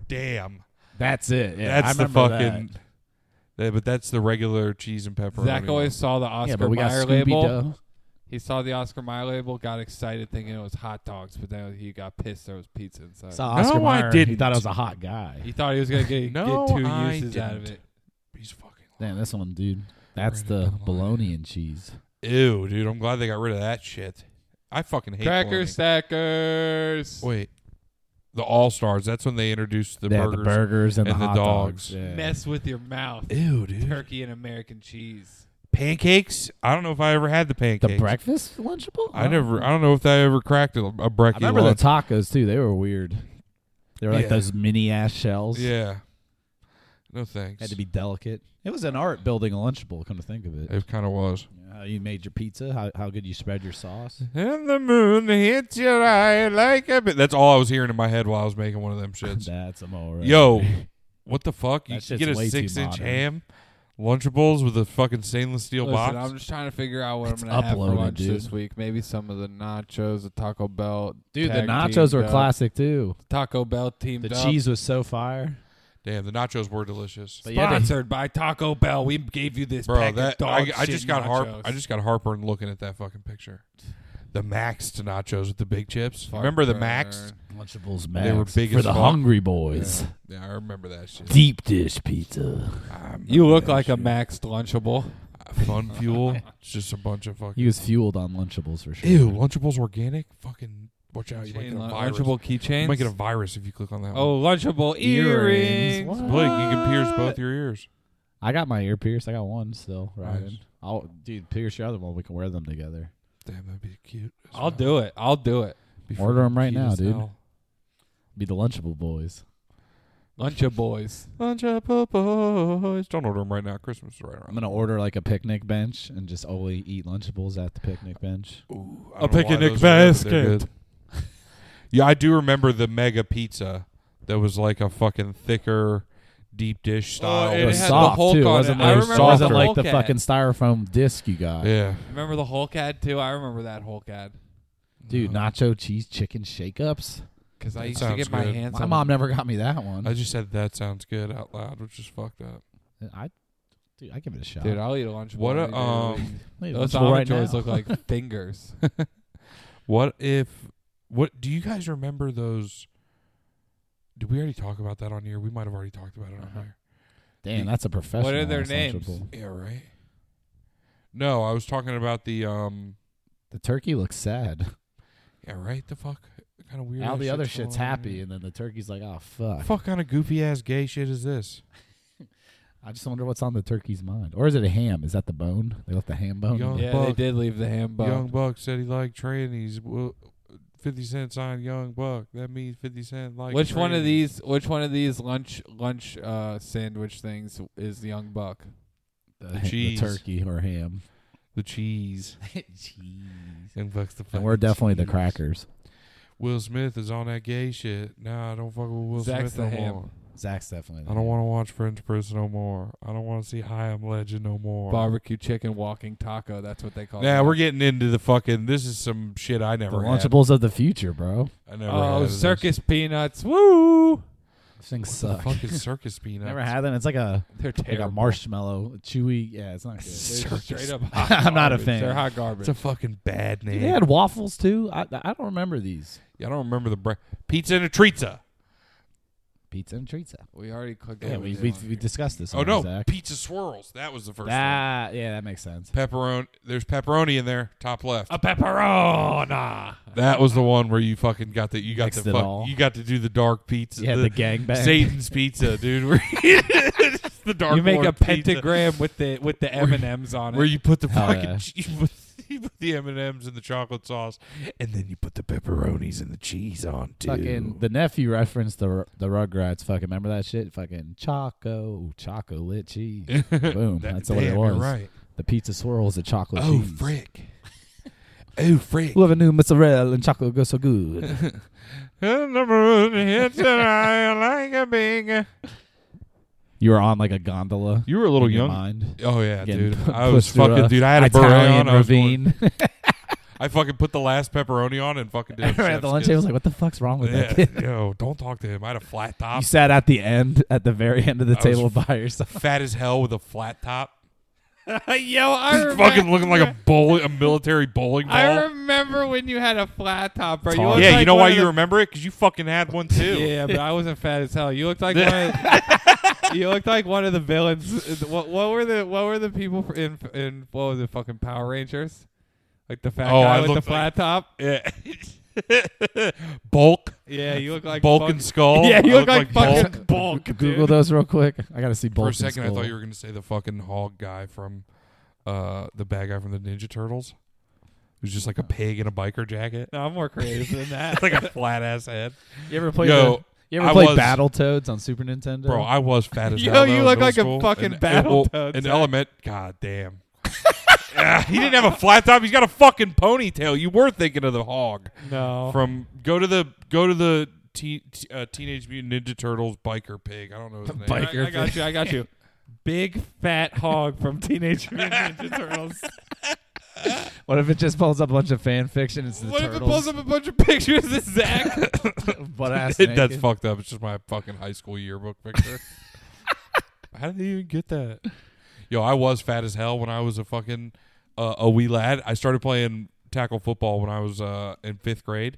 Damn,
That's it. Yeah,
that's
I
the
remember
fucking.
that.
Yeah, but that's the regular cheese and pepperoni.
Zach always saw the Oscar
Yeah, but we got
Mayer
Scooby
label.
Doo.
He saw the Oscar Mayer label, got excited thinking it was hot dogs, but then he got pissed there was pizza inside.
Saw
No,
Oscar
I
Mayer, He
didn't.
thought I was a hot guy.
He thought he was gonna get,
No,
get two
I
uses out of
didn't.
it.
He's fucking.
Damn, this one, dude. That's
Right
the
up the line.
bologna and cheese.
Ew, dude. I'm glad they got rid of that shit. I fucking hate
Cracker
bologna.
stackers.
Wait, the All Stars. That's when they introduced the
yeah,
burgers.
the burgers and,
and
the
the
hot dogs.
dogs.
Yeah.
Mess with your mouth.
Ew, dude.
Turkey and American cheese.
pancakes. I don't know if I ever had the pancakes.
The breakfast lunchable?
I never. I don't know if I ever cracked a, a brekkie.
I remember
lunch.
the tacos too. They were weird. They were like
Yeah.
those mini ass shells.
Yeah. No thanks.
Had to be delicate. It was an art building a lunchable. Come to think of it,
It kind of was.
You know, how you made your pizza, how how good you spread your sauce.
And the moon hits your eye like a. Bit. That's all I was hearing in my head while I was making one of them shits.
That's a moral.
Yo, what the fuck? You
That
can
shit's
get a
way too
six-inch
modern.
ham, Lunchables with a fucking stainless steel
Listen,
box.
I'm just trying to figure out what
It's
I'm gonna have for
uploaded,
lunch
dude.
this week. Maybe some of the nachos, the Taco Bell,
dude, the
tag
nachos
teamed
were
up.
classic too.
Taco Bell teamed
The
up.
cheese was so fire.
Damn, the nachos were delicious.
But yeah, they,
Sponsored by Taco Bell. We gave you this
Bro,
pack of
that
dog
I, I
shit
just got
nachos.
harp. I just got heartburn looking at that fucking picture. The maxed nachos with the big chips. remember the maxed?
Fucking-
lunchables,
They were
Max,
big
for
as
the
fuck.
hungry boys.
Yeah, I remember that shit.
Deep dish pizza.
You look like a maxed lunchable.
Uh, Fun fuel. It's just a bunch of fucking.
He was fueled on lunchables for sure.
Ew, Lunchables organic. Fucking watch out! Oh, You might
Chain
get a
lun-
virus.
Lunchable
You
keychains.
might get a virus if you click on that. one.
oh, Lunchable
Earrings.
earrings.
What?
Blake, you can pierce both your ears.
I got my ear pierced. I got one still. Ryan.
Nice.
I'll dude pierce your other one. We can wear them together.
Damn, that'd be cute. as
I'll
hell.
do it. I'll do it.
Be
Order 'em
fucking
right
cute
now,
as
dude.
hell.
Be the lunchable boys.
Lunchables. boys.
Lunchable boys. Don't order them right now. Christmas is right
I'm
around.
gonna order like a picnic bench and just only eat lunchables at the picnic bench.
Ooh,
I'll
I don't know
pick a
why
Nick
those are good, but they're
Basket.
good. yeah, I do remember the mega pizza that was like a fucking thicker deep dish style.
Oh,
It,
It
was
had the
soft
Hulk
too. It
on
wasn't
it.
I
like,
remember
it wasn't
the
like
Hulk
the
ad.
fucking styrofoam disc you got.
yeah.
Remember the Hulk ad too? I remember that Hulk ad
Dude,
No.
nacho cheese chicken shake ups.
because I
That
used to
sounds
get my
good.
hands.
My
on
mom never got me that one.
I just said that sounds good out loud, which is fucked up.
I, dude, I give it a shot.
Dude, I'll eat a Lunchable.
What a,
any day of the
um,
week.
I'll eat a
those
lunchable right
almonds
now.
look like fingers.
What if? What do you guys remember those? Did we already talk about that on here? We might have already talked about it on
Uh-huh.
here.
Damn, that's a professional.
their
ass
names?
lunchable.
Yeah, right. No, I was talking about the um.
The turkey looks sad.
Yeah, right. The fuck kind of weird.
All
ass
the other
going
shit's
on
happy,
here?
and then the turkey's like, "Oh fuck."
Fuck kind of goofy ass gay shit is this?
I just wonder what's on the turkey's mind, or is it a ham? Is that the bone? They left the ham bone.
Young
yeah, they
buck.
did leave the ham bone.
Young Buck said he liked trannies. Well, Fifty Cent signed Young Buck. That means Fifty Cent like.
which one of these? Which one of these lunch lunch uh, sandwich things is the Young Buck?
The,
the cheese.
turkey, or ham.
The cheese.
Jeez.
Young Buck's the.
And
fucking
we're definitely the
cheese.
crackers.
Will Smith is on that gay shit. Nah, I don't fuck with Will
Zach's
Smith
the
no
ham.
more.
Zach's definitely. The
I don't want to watch French Prince no more. I don't want to see High I'm Legend no more.
Barbecue chicken walking taco. That's what they call.
Nah,
it.
we're getting into the fucking. This is some shit I
the
never had.
Lunchables of the future, bro.
I never had
oh
of this.
circus peanuts. Woo!
These things
What
suck.
the fuck is circus peanuts?
Never had them. It's like a
They're
like
terrible.
a marshmallow, chewy. Yeah, it's not
They're
good.
just
Circus.
straight up.
I'm not a
garbage.
fan.
They're hot garbage.
It's a fucking bad name.
Dude, they had waffles too. I I don't remember these.
Yeah, I don't remember the brand. Pizza and a treatza.
Pizza and treats.
we already cooked.
Yeah,
that.
Yeah,
we
we
did.
we, we discussed this.
Oh
one,
no,
Zach.
pizza swirls. That was the first
That yeah, that makes sense.
one. Pepperoni. There's pepperoni in there, top left.
a pepperona.
That was the one where you fucking got the you got
Mixed
the
it
fuck,
all.
you got to do the dark pizza.
Yeah, the gangbang.
Satan's pizza, dude. Where it's the dark
You make
Lord
a
pizza.
pentagram with the with the M and M's on it.
where you put the
Hell
fucking
yeah.
you, put, you put the M and M's and the chocolate sauce, and then you put the pepperonis and the cheese on too.
Fucking the nephew referenced the the Rugrats. Fucking remember that shit? Fucking Choco, chocolate cheese. Boom.
That-
That's what it
damn, you're
was.
Right.
The pizza swirl is a chocolate
Oh
cheese.
frick! Oh frick!
Love a new mozzarella and chocolate goes so good.
And the moon hits an eye like a big. uh,
you were on like a gondola.
You were a little
in your
young.
Mind.
Oh yeah,
Getting
dude.
pu-
I was
pushed through
fucking
a
dude. I had a burn
Italian
on. I, was going-
ravine.
I fucking put the last pepperoni on and fucking did. a
Everyone at the
chef's
lunch
kiss.
table was like, "What the fuck's wrong with that
yeah,
kid?"
yo, don't talk to him. I had a flat top,
You sat at the end, at the very end of the
I was
table by yourself.
fat as hell with a flat top.
Yo, I remember,
fucking looking like a bowl, a military bowling ball.
I remember when you had a flat top, bro. You
Tall.
looked
yeah,
like
you know
one
why
of
you
the-
remember it? Because you fucking had one too.
Yeah, but I wasn't fat as hell. You looked like one. Of, you looked like one of the villains. What, what were the What were the people fr- in in what was it? Fucking Power Rangers, like the fat
Oh,
guy
I
with the
looked
flat top.
Yeah. bulk,
Yeah, you look like
bulk
fuck-
and skull.
Yeah, you
I
look like
bulk.
fucking bulk.
Google
dude.
those real quick. I gotta see
For
bulk
a second,
and
I
skull.
thought you were gonna say the fucking hog guy from uh, the bad guy from the Ninja Turtles, who's just like a pig in a biker jacket,
No, I'm more creative than that.
like a flat ass head.
You ever play?
Yo,
you ever
I
play
was-
Battletoads on Super Nintendo?
Bro, I was fat as
Yo,
hell. when I
you
was
look
middle
like a
school.
fucking
and, and, well,
Battletoads,
An
eh?
element. God damn. Yeah, he didn't have a flat top. He's got a fucking ponytail. You were thinking of the hog
No.
from go to the go to the te- t- uh, Teenage Mutant Ninja Turtles biker pig. I don't know his name.
I, I got you. I got you. Big fat hog from Teenage Mutant Ninja Turtles.
what if it just pulls up a bunch of fan fiction? It's the
what
turtles.
if it pulls up a bunch of pictures of Zach?
butt ass
It- that's
naked.
fucked up. It's just my fucking high school yearbook picture. How did they even get that? Yo, I was fat as hell when I was a fucking uh, a wee lad. I started playing tackle football when I was uh, in fifth grade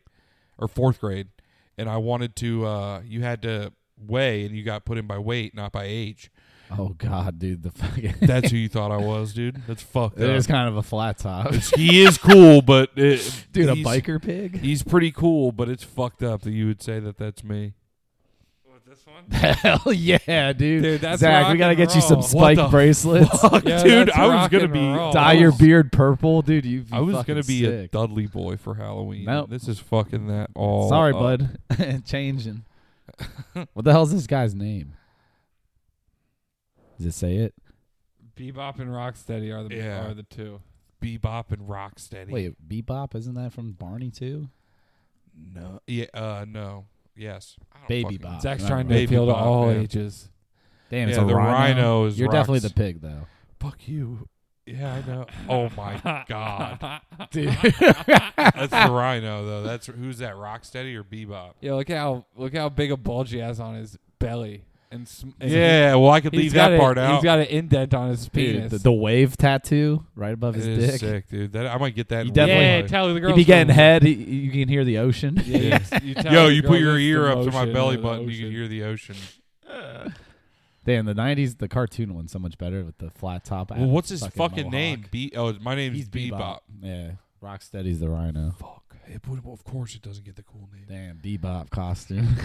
or fourth grade, and I wanted to. Uh, you had to weigh, and you got put in by weight, not by age.
Oh god, dude, the fucking.
That's who you thought I was, dude. That's fucked
It
up.
is kind of a flat top,
It's- he is cool, but it,
dude. A
he's-
biker pig.
He's pretty cool, but it's fucked up that you would say that that's me.
Hell yeah, dude.
Dude, that's
Zach,
rock
we gotta
and
get you some
roll.
What
spike
the
bracelets.
Yeah,
dude,
that's
I was
rock
gonna
and
be
roll.
Dye your beard purple, dude. You.
I was gonna be a
sick.
Dudley boy for Halloween.
Nope.
This is fucking that all.
Sorry,
up.
bud. Changing. what the hell's this guy's name? Does it say it?
Bebop and Rocksteady are the
Yeah.
are the two.
Bebop and Rocksteady.
Wait, Bebop isn't that from Barney too?
no. Yeah, uh, no. Yes. Uh, I don't
Baby
fucking-
Bop.
Zach's
Right,
trying to
right.
Baby
appeal to
Bop,
all
yeah.
ages.
Damn, it's
Yeah,
a
the rhino is
You're definitely the
rocks.
pig though.
Fuck you. Yeah, I know. Oh my god.
Dude.
That's the Rhino though. That's who's that? Rocksteady or Bebop?
Yeah, look how look how big a bulge he has on his belly and, sm- and
Yeah. Well, I could
he- he's
leave
got
that
a-
part
He's
out.
got an indent on his
Dude,
penis.
the, the wave tattoo right above
It
his
is
dick.
sick, dude. That I might get that.
You
in
yeah,
real
definitely-
yeah,
life.
tell the girls.
He'd be getting
to-
head. He, you can hear the ocean.
Yeah,
Yeah.
you- you tell
Yo,
the
you put
girls
your
it's
ear
the
up to my
motion
belly
of the
button, you
ocean.
can hear the ocean.
Damn, the '90s, the cartoon one's so much better with the flat top.
Well, what's his fucking
mohawk.
name? Be oh, my name's
He's
Bebop.
Bebop. Yeah, Rocksteady's the rhino.
Fuck. It would, of course, it doesn't get the cool name.
Damn, Bebop costume.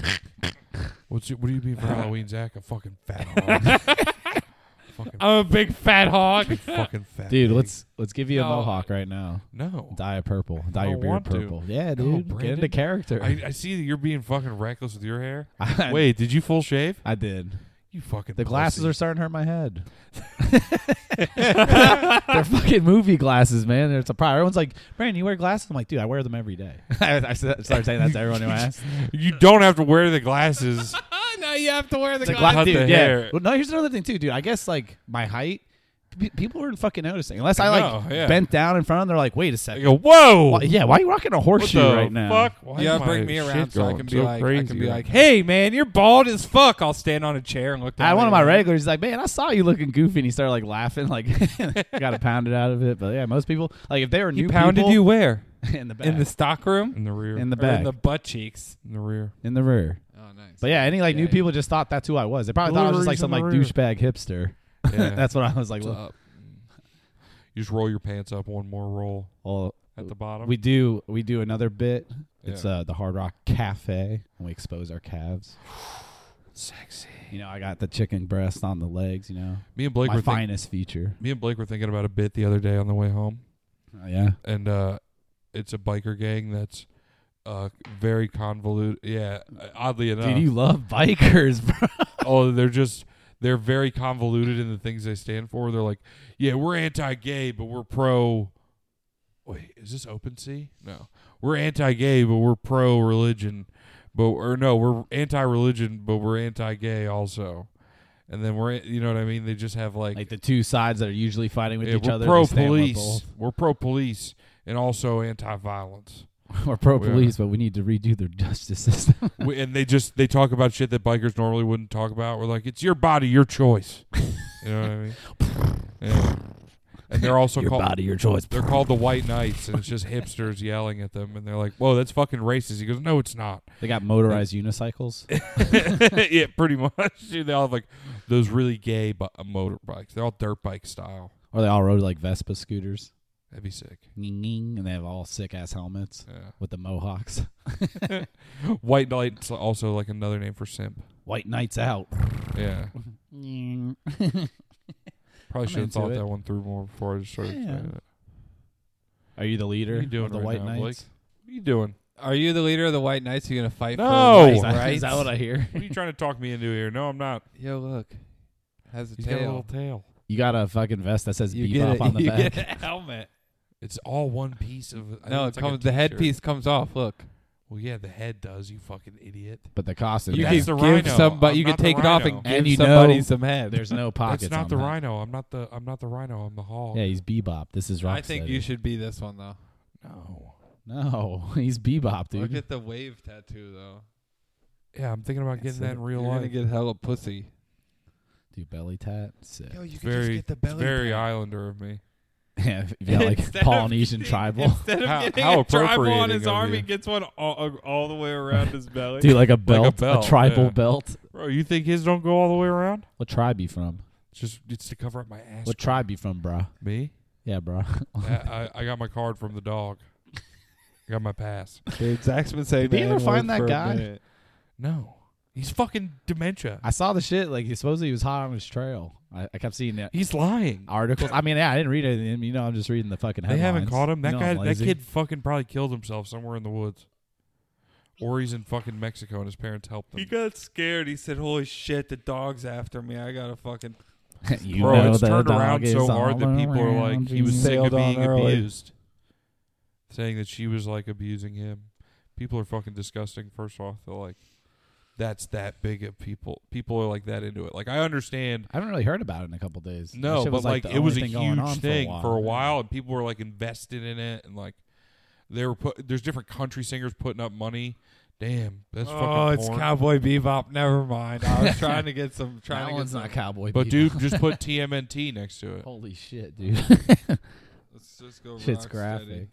What's your, what do you mean for Halloween, Zach? A fucking fat hog. fucking,
I'm a big fat hog.
fucking fat.
dude,
pig.
let's let's give you a
No.
mohawk right now.
No.
Dye it purple. Dye
I
your beard
want to.
purple. Yeah,
No,
dude. get into
Brandon,
character.
I, I see that you're being fucking reckless with your hair.
I-
Wait, did you full shave?
I did.
You fucking.
The glasses
pussy.
are starting to hurt my head. They're fucking movie glasses, man. It's a problem. Everyone's like, Brandon, you wear glasses? I'm like, dude, I wear them every day. I, I started saying that to everyone who asked.
You don't have to wear the glasses.
now Oh, you have to wear the
the
glasses.
gla- Cut
gla- dude,
the
yeah.
hair.
Well, no, here's another thing too, dude. I guess like my height, pe- people weren't fucking noticing unless I like
No, yeah.
bent down in front of them. They're like, wait a
I
second.
go, whoa.
Why- yeah, why are you rocking a
what
horseshoe
the
right now?
Fuck. Why
yeah,
am I
bring me around
shit
so I
going
can be
so
like, I
crazy
can be
right
like,
now?
hey man, you're bald as fuck. I'll stand on a chair and look.
I had
down
one of
at
my
you.
regulars. He's like, man, I saw you looking goofy, and he started like laughing, like got a pounded out of it. But yeah, most people like if they were
He
new
pounded
people
you where?
in the back,
In the stock room?
in the rear.
in the
Or
back,
in the butt cheeks?
rear.
in the rear.
Oh, nice.
But yeah, any like new
Yeah.
people just thought that's who I was. They probably thought I was just like some like
Deliveries in
douchebag hipster.
Yeah.
that's what I was like.
What's up? You just roll your pants up one more roll
Well,
at the bottom.
We do we do another bit. It's
Yeah.
uh, the Hard Rock Cafe, and we expose our calves.
Sexy.
You know, I got the chicken breast on the legs. You know,
Me and Blake
my
were think-
finest feature.
me and Blake were thinking about a bit the other day on the way home,
Oh, yeah,
and uh, it's a biker gang that's uh, very convoluted. Yeah, oddly enough,
dude, you love bikers, bro.
oh, they're just they're very convoluted in the things they stand for. They're like, yeah, we're anti-gay, but we're pro. Wait, is this open sea? No, we're anti-gay, but we're pro-religion. But or no, we're anti-religion, but we're anti-gay also. And then we're, you know what I mean? They just have like,
Like the two sides that are usually fighting with
yeah,
each
we're
other.
pro
they stand with
police. We're pro police and also anti-violence.
both. We're pro
We are.
police, but we need to redo their justice system.
we, and they just they talk about shit that bikers normally wouldn't talk about. We're like, it's your body, your choice. you know what I mean? Yeah. And they're also
your
called
body, your choice.
they're called the White Knights, and it's just hipsters yelling at them, and they're like, "Whoa, that's fucking racist." He goes, "No, it's not."
They got motorized unicycles.
yeah, pretty much. Dude, they all have like those really gay bu- uh, motorbikes. They're all dirt bike style.
or they all rode like Vespa scooters.
That'd be sick.
Ning, ning, And they have all sick ass helmets
Yeah.
with the mohawks.
White Knights also like another name for simp.
White nights out.
Yeah. Probably
I'm
should have
into
thought
it.
that one through more before I just started
Yeah.
explaining it.
Are you the leader
What are you doing
of the
right
White
now, Blake?
Knights?
What are you doing?
Are you the leader of the White Knights? You're gonna fight
No!
for
Is
the
that-
White Knights?
Is that what I hear?
What are you trying to talk me into here? No, I'm not.
Yo, look, has a
He's got a little
tail.
tail.
You got a fucking vest that says
You
bebop
get, a,
on the
you
back.
get a helmet.
It's all one piece of. I
no,
know
it
it's like a
comes. the
t-shirt.
headpiece comes off. Look,
Well, yeah, the head does. You fucking idiot.
But the costume.
you
that's
can
is-
the
give
rhino.
somebody.
I'm
You can
not the
take it off
rhino.
and give
And you
somebody
know
some head.
there's no
That's
pockets.
not
on
the
that.
rhino. I'm not the. I'm not the rhino. I'm the hog.
Yeah, he's bebop. This is rock.
I think you should be this one though.
No.
No, he's bebop, dude.
Look at the wave tattoo though.
Yeah, I'm thinking about getting that in real
You're
life.
gonna get hella pussy.
Dude, belly tat. Sick.
you
could just very- get
the
it's very Islander of me.
Yeah, if you got like
Instead of
Polynesian tribal.
Instead
How-
of
how
getting a tribal on
appropriating
his
of
arm,
you.
he gets one all, all the way around his belly.
Dude, like a belt, a,
belt,
tribal
yeah.
belt.
Bro, you think his don't go all the way around?
What tribe you from?
It's just it's to cover up my ass.
What tribe you from, bro?
Me?
Yeah, bro.
I, I, I got my card from the dog. I got my pass.
Dude, Zach's been saying.
Did he ever find that guy?
No, he's fucking dementia.
I saw the shit. Like, he supposedly he was hot on his trail. I, I kept seeing that
He's lying.
articles. I mean, yeah, I didn't read it. You know, I'm just reading the fucking
They
headlines.
haven't caught him. That
You know
guy,
I'm
that
lazy.
kid, fucking probably killed himself somewhere in the woods, or he's in fucking Mexico and his parents helped him.
He got scared. He said, "Holy shit, the dog's after me. I gotta fucking."
you
Bro,
know
it's
the
turned
dog
around
is
so
all
hard that people are like,
around
he was
you.
sick of
Sailed on
being
early.
abused, saying that she was like abusing him. People are fucking disgusting. First off, they're like, that's that big of people. People are like that into it. Like I understand.
I haven't really heard about it in a couple days. That
No,
shit
but
was
like,
the
it was a
only thing going on
huge thing for a,
Yeah.
while, and people were like invested in it, and like they were put. There's different country singers putting up money. Damn, that's
oh,
fucking
it's
porn.
Cowboy Bebop. Never mind. I was trying to get some. Trying
That
to get
one's
some.
not cowboy.
But
Bebop.
dude, just put TMNT next to it.
holy shit, dude,
Let's just go.
shit's
rock
graphic.
steady.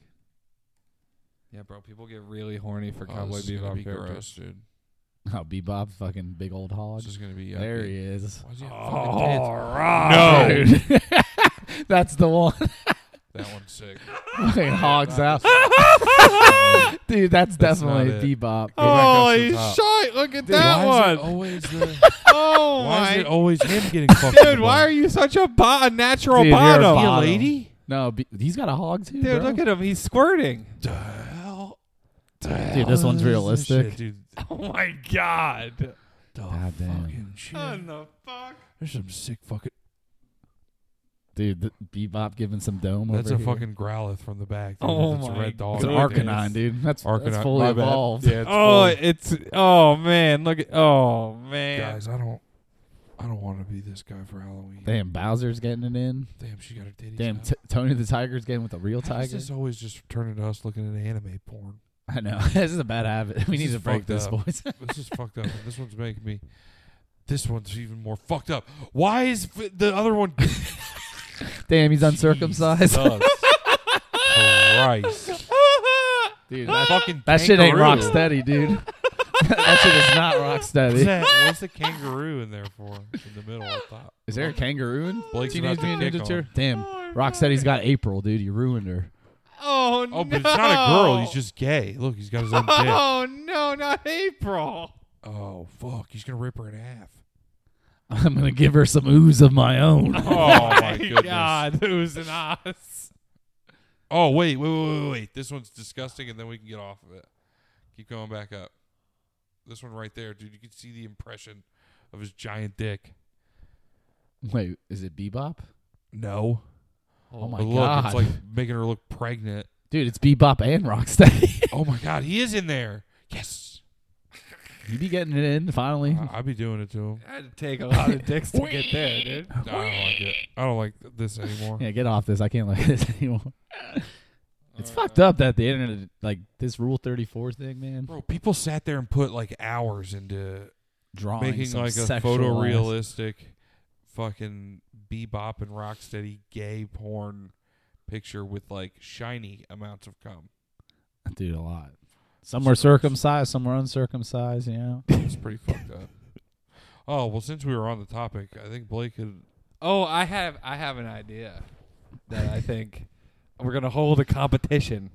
Yeah, bro. People get really horny for
Oh,
Cowboy
this is gonna
Bebop
be
characters.
gross, dude.
Oh, Bebop, fucking big old hog.
This is gonna be yucky.
There he is.
Why does he have
Oh.
fucking tits?
All right.
No.
Dude. That's the one.
That one's sick.
fucking hogs out. Dude, that's,
That's
definitely
not it.
Bebop.
Oh,
Holy
Back up to
shit! Look at
Dude,
that
why
one.
Is it always the,
oh
why is it
my.
always him getting fucked?
Dude, why are you such a, bo- a natural
Dude, you're a
bottom?
bottom.
a lady?
No, be- he's got a hog too.
Dude,
bro.
look at him. He's squirting.
Dude, this one's
Shit,
realistic.
dude.
Oh my god.
The
God damn.
fucking shit.
What the fuck?
There's some sick fucking.
Dude, th- Bebop giving some dome
That's
over
a
here.
fucking Growlithe from the back. Dude.
Oh
That's a
my
red dog.
It's an
Dude,
Arcanine, dude. That's,
Arcanine.
that's fully
My bad.
evolved.
Yeah. It's
Oh,
fully-
it's oh man, look at oh man.
guys, I don't, I don't want to be this guy for Halloween.
Damn, Bowser's getting it in.
Damn, she got her titties.
Damn,
out.
t- Tony the Tiger's getting with the real
How does
tiger.
This always just turning to us looking at anime porn.
I know. this is a bad habit. We
This
need
is
to break
fucked
this,
up.
boys.
this is fucked up. This one's making me. This one's even more fucked up. Why is f- the other one?
Damn, he's uncircumcised.
Jesus Christ.
Oh,
dude,
That
that,
fucking
that shit ain't rock
kangaroo.
steady, dude. that shit is not rock
What's,
steady.
that, what's the kangaroo in there for? In the middle, up top.
Is there a kangaroo in
Blake's
Teenage
about to
Mutant
kick
Ninja
on.
Turtle? Damn, Rocksteady's got April, dude. You ruined her.
Oh, no.
Oh, but it's not a girl. He's just gay. Look, he's got his own dick.
Oh no, not April.
Oh fuck, he's gonna rip her in half.
I'm gonna give her some ooze of my own.
Oh my goodness.
God, who's an us?
Oh wait, wait, wait, wait, wait. This one's disgusting, and then we can get off of it. Keep going back up. This one right there, dude. You can see the impression of his giant dick.
Wait, is it Bebop?
No.
Oh my
But look,
god,
it's like making her look pregnant.
dude, it's Bebop and Rocksteady.
oh my god, he is in there. Yes.
you be getting it in finally.
I- I'd be doing it to him.
I had to take a lot of dicks to get there, dude.
I don't like it. I don't like this anymore.
Yeah, get off this. I can't like this anymore.
Uh,
It's fucked up that the internet, like this Rule Thirty Four thing, man.
Bro, people sat there and put like hours into
Drawing
making
some
like a
sexualized-
photorealistic fucking bebop and rocksteady gay porn picture with like shiny amounts of cum.
dude. A lot. Some were circumcised, some were uncircumcised. You know.
It's pretty fucked up. Oh, well since we were on the topic, I think Blake could
Oh, I have I have an idea that I think we're gonna hold a competition.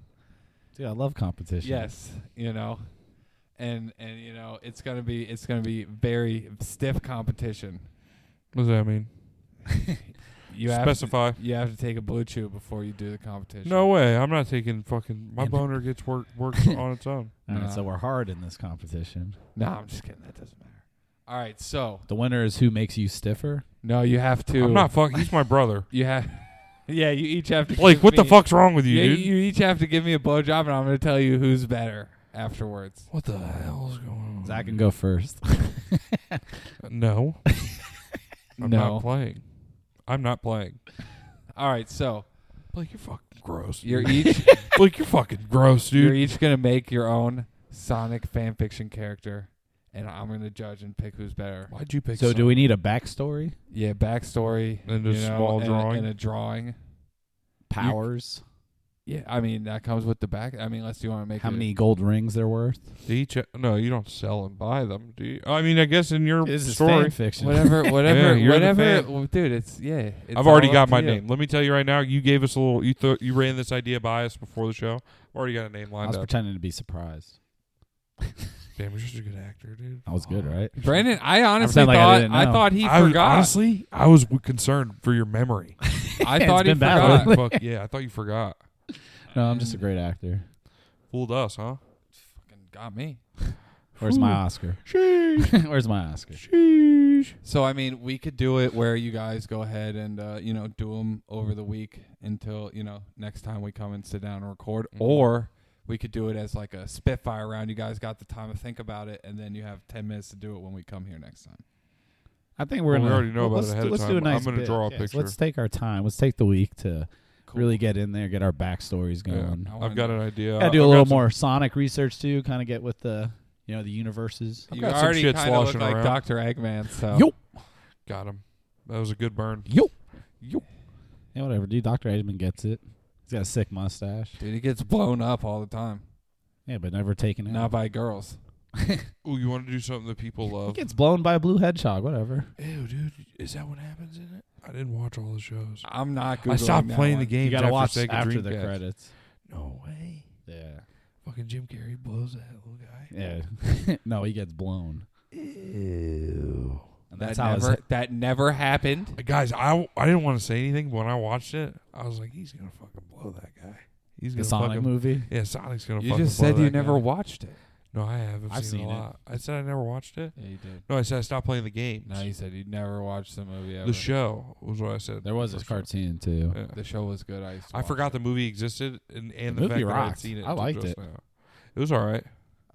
Dude, I love competition.
Yes, you know, and and you know it's gonna be it's gonna be very stiff competition.
What does that mean?
you have
Specify.
To, you have to take a blue chew before you do the competition.
No way. I'm not taking fucking. My
And-
boner gets work worked on its own.
All right,
No.
so we're hard in this competition.
no, I'm just kidding. That doesn't matter. All right, so
The winner is who makes you stiffer.
no, you have to.
I'm not fucking. He's my brother.
You have. Yeah, you each have to.
Blake,
give
what the
me-
fuck's wrong with you,
Yeah,
dude?
you each have to give me a blowjob, and I'm going to tell you who's better afterwards.
what the hell is going on?
Zach
Mm-hmm.
can go first.
No, I'm
no.
not playing. I'm not playing.
All right, so
Blake, you're fucking gross.
you're each
Blake, you're fucking gross,
you're
dude.
each going to make your own Sonic fanfiction character, and I'm going to judge and pick who's better.
Why'd you pick?
so do we need a backstory?
Yeah, backstory
And a
you know,
small
and-
drawing.
and a drawing.
Powers?
Yeah, I mean that comes with the back. I mean, unless you want to make
How
it-
many gold rings they're worth?
Do each, no, you don't sell and buy them, do you? I mean, I guess in your
This is
story,
fan fiction.
whatever, whatever,
you're the
whatever,
fan.
well, dude. It's yeah. it's
I've already
all up
got
to
my
you.
name. Let me tell you right now, you gave us a little. You th- you ran this idea by us before the show. I've already got a name
I
lined
was
up.
pretending to be surprised.
Damn, you're such a good actor, dude.
That was good, right?
Brandon, I honestly
like I
thought
didn't
I,
know.
thought he
I was-
forgot.
honestly, I was w- concerned for your memory.
I thought he
been bad
forgot.
lately.
Fuck yeah, I thought you forgot.
No, I'm just a great actor.
Fooled us, huh?
Fucking got me.
Where's my Oscar? Where's my Oscar?
So I mean, we could do it where you guys go ahead and uh, you know do them over the week until you know next time we come and sit down and record,
Mhm.
or we could do it as like a spitfire round. You guys got the time to think about it, and then you have ten minutes to do it when we come here next time.
I think we're
Well, we
gonna.
already know about
let's
it ahead
do-
of
let's
time.
do a
I'm
nice
gonna
bit.
draw a
Yes,
picture.
Let's take our time. Let's take the week to
Cool.
really get in there, get our backstories going.
I wanna
Um, I've got
know.
an idea.
Gotta do a
Uh, I've
little
got some-
more Sonic research too. Kind of get with the you know the universes.
You
got some
already
shit
kind of look
sloshing
like
around.
Doctor Eggman. So
Yo.
Got him. That was a good burn.
Yo,
Yo.
yeah, whatever, dude. Doctor Edmund gets it. He's got a sick mustache.
dude, he gets blown up all the time,
Yeah, but never taken
not
out.
by girls.
Ooh, you want to do something that people
He
love?
gets blown by a blue hedgehog. Whatever.
Ew, dude, is that what happens in it? I didn't watch all the shows.
I'm not. Googling
I stopped
that
playing
one.
the game.
you gotta
after
watch
Sega
after the
Dreamcast.
credits.
No way.
Yeah.
Fucking Jim Carrey blows that little guy.
Yeah. no, he gets blown.
Ew.
And
That
that's how
never
his,
that never happened.
Guys, I, I didn't want to say anything, but when I watched it, I was like, he's gonna fucking blow that guy. He's
the
gonna
Sonic
fucking
movie.
yeah, Sonic's gonna.
You
fucking
just
blow
said you
that
never
guy.
watched it.
no, I have. I've,
I've
seen,
seen
a
it.
lot. I said I never watched it.
Yeah, you did.
No, I said I stopped playing the game.
No, you said you never watched the movie ever.
the show was what I said.
There was this
First one.
cartoon too.
Yeah.
The show was good. I used to
I
watch
forgot
it.
the movie existed and, and
The
the, fact
movie
that I had
rocked.
seen it.
I
until
liked
just
it.
Now. It was all right.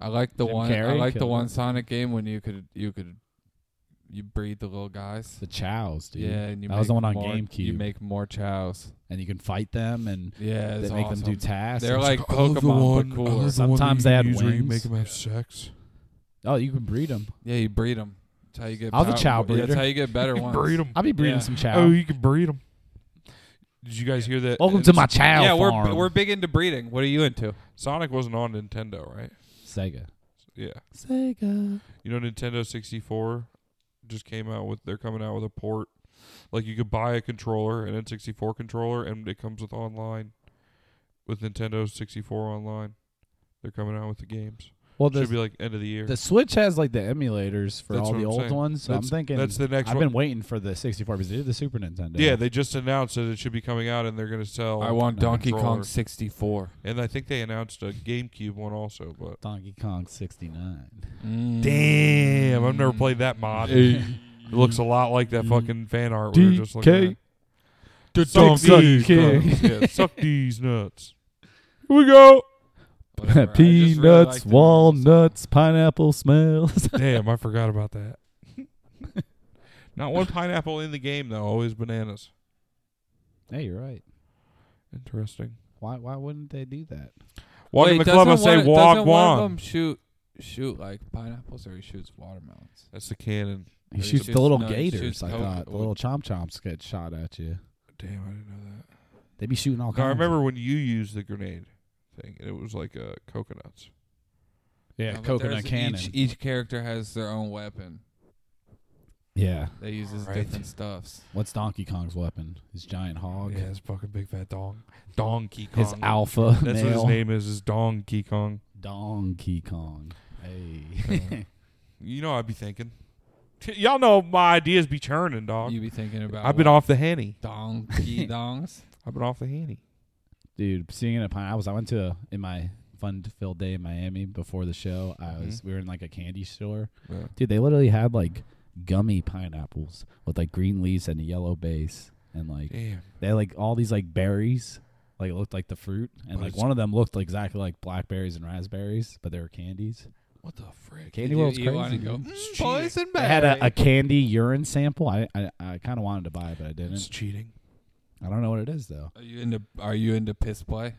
I like the
Jim
one. I
Carrey
like the
killed
one
it.
Sonic game when you could you could you breed the little guys.
The Chows, dude.
Yeah, and you
That was the
make
one on
more- You
GameCube.
make more chows.
And you can fight them and
Yeah,
they
it's
make them do
awesome.
tasks.
They're
It's-
like
I love the
Pokemon,
one-
but
I love the
cooler.
one that
Sometimes
you
they had
use where You
wings.
make them have sex.
oh, you can breed them.
Yeah, you breed them. That's how you get.
I was a
pow-
chow
yeah, That's
breeder.
how you get better ones.
Breed them.
I'll be breeding
Yeah.
some chow.
Oh, you can breed them. Did you guys hear that?
Welcome
and
to my
S-
chow
yeah,
farm.
we're we're big into breeding. What are you into?
Sonic wasn't on Nintendo, right?
Sega.
Yeah.
Sega.
You know, Nintendo 64 just came out with. They're coming out with a port. Like you could buy a controller, an N64 controller, and it comes with online. With Nintendo 64 online, they're coming out with the games.
Well,
Should
the,
be like end of the year.
the Switch has like the emulators for
That's
all
what
the
I'm
old
saying.
ones. So I'm
That's-
thinking
That's the next
I've
one.
been waiting for the 64 because they did the Super Nintendo.
Yeah, they just announced that it should be coming out, and they're going to sell.
I want
a
Donkey Kong
controller.
sixty four.
And I think they announced a GameCube one also, but
Donkey Kong 69. Mm.
damn, I've
Mm.
never played that mod. it looks a lot like
Mm.
that fucking fan art we were just looking at. Suck these nuts. Yeah, suck these nuts. Here we go.
Peanuts, walnuts, pineapple smells.
Damn, I forgot about that. Not one pineapple in the game though. Always bananas.
Hey, you're right.
Interesting.
Why why wouldn't they do that?
Walk in the club, I say walk
One of
one.
them shoot shoot like pineapples, or he shoots watermelons.
That's the cannon.
He
Or he
shoots
shoots-
the little
no, he shoots
gators, I
Coke-
thought. The
or-
little chomp chomps get shot at you.
Damn, I didn't know that.
They be shooting all
No,
kinds.
I
of-
remember when you used the grenade thing, and it was like uh, coconuts.
Yeah,
No, but
coconut
there's-
cannon.
e-
Each, each character has their own weapon.
yeah.
They uses
Right.
different stuffs.
What's Donkey Kong's weapon? His giant hog.
Oh, Yeah, it's fucking big fat dong. Donkey Kong.
His alpha
That's what
male.
his name is. Is Donkey Kong.
Donkey Kong. Hey.
Uh-huh. You know, I'd be thinking. T- y'all know my ideas be churning, dog.
You be thinking about.
I've been
what?
off the henny.
donkey dongs.
I've been off the henny.
dude singing at pine i was i went to a, in my fun filled day in miami before the show i was we were in like a candy store
Mm-hmm. Yeah.
dude they literally had like gummy pineapples with like green leaves and a yellow base and like
Damn.
they had like all these like berries like it looked like the fruit and like
it's-
one of them looked exactly like blackberries and raspberries but they were candies
What the frick?
candy
You-
world's
you wanna
crazy
go,
dude.
"Mm, boys and
I had a, a candy urine sample. I I, I kind of wanted to buy it, but I
It's
didn't.
cheating.
I don't know what it is though.
Are you into Are you into piss play?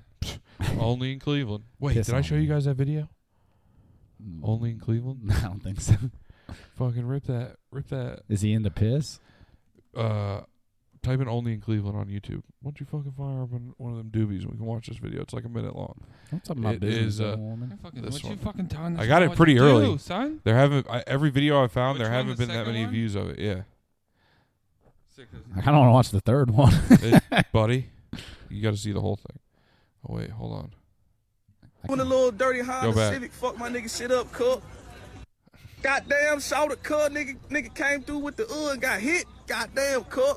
Only in Cleveland. Wait,
Piss
did I
on
show
me.
you guys that video? Only in Cleveland.
I don't think so.
Fucking rip that. Rip that.
Is he into piss?
Uh, type in "only in Cleveland" on YouTube. Why don't you fucking fire up on one of them doobies and we can watch this video? It's like a minute long.
I'm talking about
It
business,
is, uh,
young woman.
Fucking,
This
what you
one.
fucking telling
I
this
got
guy
it
what
pretty
to
early.
do, son.
There haven't I, every video I found.
Which
there
one,
haven't
the
been that
second
many
one?
views of it. Yeah,
I kind of want to watch the third one. Oh,
buddy, you got to see the whole thing. Oh wait, hold on.
When a little dirty
Go
Honda
back.
Civic fuck my nigga shit up, cuz. Goddamn, shout it, cuz. Nigga, nigga came through with the uh and got hit. Goddamn, cuz.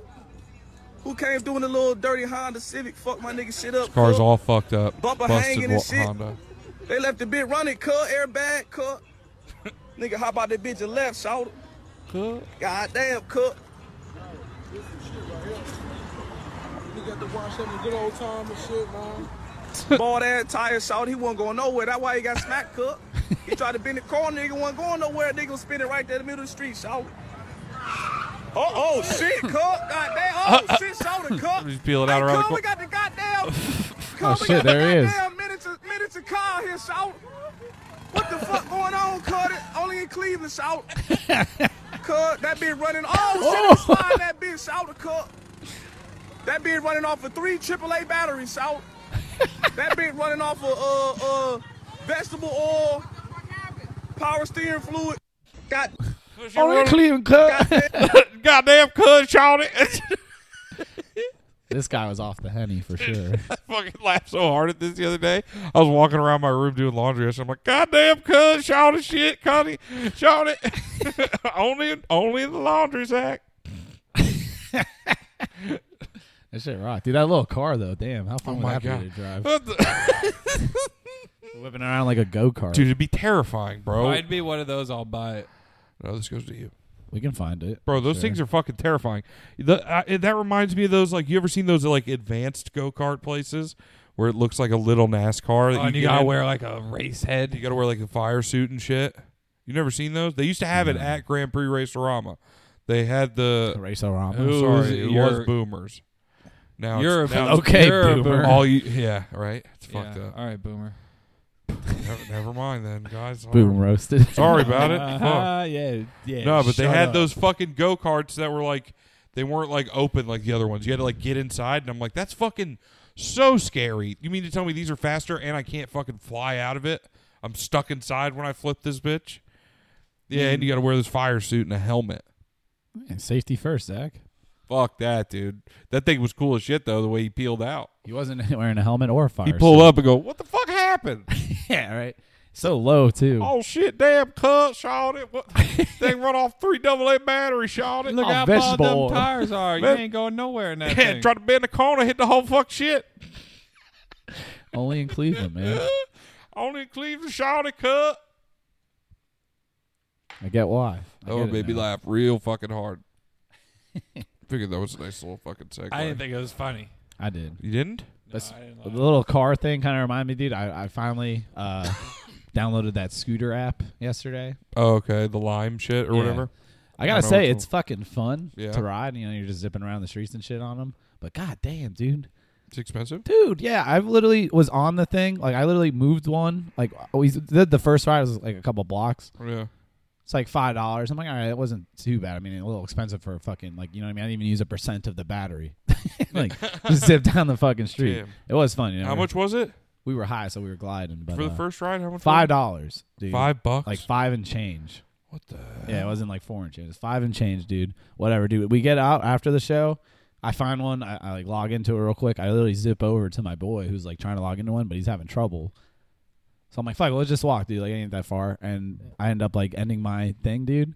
Who came through in a little dirty Honda Civic fuck my nigga shit up,
Car's
cuz.
all fucked up,
Bumper hanging
busted
and
wa-
shit.
Honda.
They left the bit running, cuz. Airbag, cuz. nigga hop out that bitch and left, shout it. Goddamn, cuz.
You got to watch some good old time and shit, man.
Bald ass tire short. He wasn't going nowhere. That's why he got smacked cook. He tried to bend the corner, nigga wasn't going nowhere. Nigga was spinning right there in the middle of the street, short. Oh, oh, shit, cook. Goddamn. Oh, shit, short, cook.
Just peel it out around the
Cub, we
cor-
got the goddamn.
Oh,
Cub, we
shit,
got
there he
the
is.
goddamn Miniature, miniature car here, short. What the fuck going on, cut it? Only in Cleveland, short. Cut that bitch running. Oh, shit, I'm sliding that bitch, short, cut. That bitch running off of three AAA batteries, short. That bitch running off of uh uh vegetable oil, power steering fluid. God,
Only Cleveland cut.
Goddamn, cuz shot it.
this guy was off the henny for sure.
fucking laughed so hard at this the other day. I was walking around my room doing laundry. So I'm like, goddamn, cuz shot it, shit, Connie, shot it. only, only in the laundry sack.
that shit rocked, dude. That little car though, damn, how fun
Oh
would
my
that be
God.
to drive?
What the-
Whipping around like a go kart.
Dude, it'd be terrifying, bro.
I'd be one of those. I'll buy it.
No, this goes to you.
we can find it,
Bro, those things are fucking terrifying. The, I, it- that reminds me of those, like, you ever seen those, like, advanced go kart places where it looks like a little NASCAR? That
Oh, and you
get
gotta
in?
wear like a race head.
You gotta wear, like, a fire suit and shit. You never seen those? They used to have it at Grand Prix Racerama. They had the.
Race Rama.
I'm
Ooh,
sorry, it
you're-
was boomers. Now
You're a
it's, now
boomer.
okay,
You're a
boomer.
it's all you. Yeah, right. It's
Yeah.
fucked up.
All right, boomer.
never, never mind then, guys.
Boom roasted.
Sorry about it. Fuck.
yeah, yeah.
No, but they
shut
had
up.
those fucking go karts that were like they weren't like open like the other ones. You had to like get inside, and I'm like, that's fucking so scary. You mean to tell me these are faster and I can't fucking fly out of it? I'm stuck inside when I flip this bitch. Yeah, and you got to wear this fire suit and a helmet.
Man, safety first, Zach.
Fuck that, dude. That thing was cool as shit though. The way he peeled out,
He wasn't wearing a helmet or a fire.
he pulled up and go, "What the fuck happened?"
suit. Yeah, right. So low too.
oh shit, damn, cut, shot it. What? thing run off three double A battery, shot it.
Look
Oh,
how
vegetable
bald
oil.
them tires are. You
Man.
ain't going nowhere in that
Yeah,
thing.
tried to bend the corner, hit the whole fuck shit.
Only in Cleveland, man.
Only in Cleveland shot it cut.
I get why. I
That would
get it
make Oh, me
now.
laugh real fucking hard. Figured that was a nice little fucking segue.
I didn't think it was funny.
I did.
you didn't.
That's-
I didn't
the
like
little car thing kind of reminded me, dude. I, I finally uh, downloaded that scooter app yesterday.
Oh, okay, the lime shit or
Yeah.
whatever.
I
I
gotta
know
say,
which
it's fucking fun
Yeah.
to ride. You know, you're just zipping around the streets and shit on them. But god damn, dude,
It's expensive.
dude, yeah, I literally was on the thing. Like, I literally moved one. Like, oh, we did the first ride was like a couple blocks.
Yeah.
It's like five dollars. I'm like, all right, it wasn't too bad. I mean, a little expensive for a fucking like, you know what I mean? I didn't even use a percent of the battery. like, just zip down the fucking street.
Damn.
It was fun. You know,
How
we-
much was it
We were high, so we were gliding. But
for the
uh,
first ride? How much? was
five
it?
dollars, dude.
Five bucks.
like five and change.
what the?
Yeah, it wasn't like four and change. It was five and change, dude. Whatever, dude. We get out after the show. I find one. I, I like log into it real quick. I literally zip over to my boy who's like trying to log into one, but he's having trouble. So I'm like, fuck, let's just walk, dude. Like, it ain't that far. And I end up like ending my thing, dude.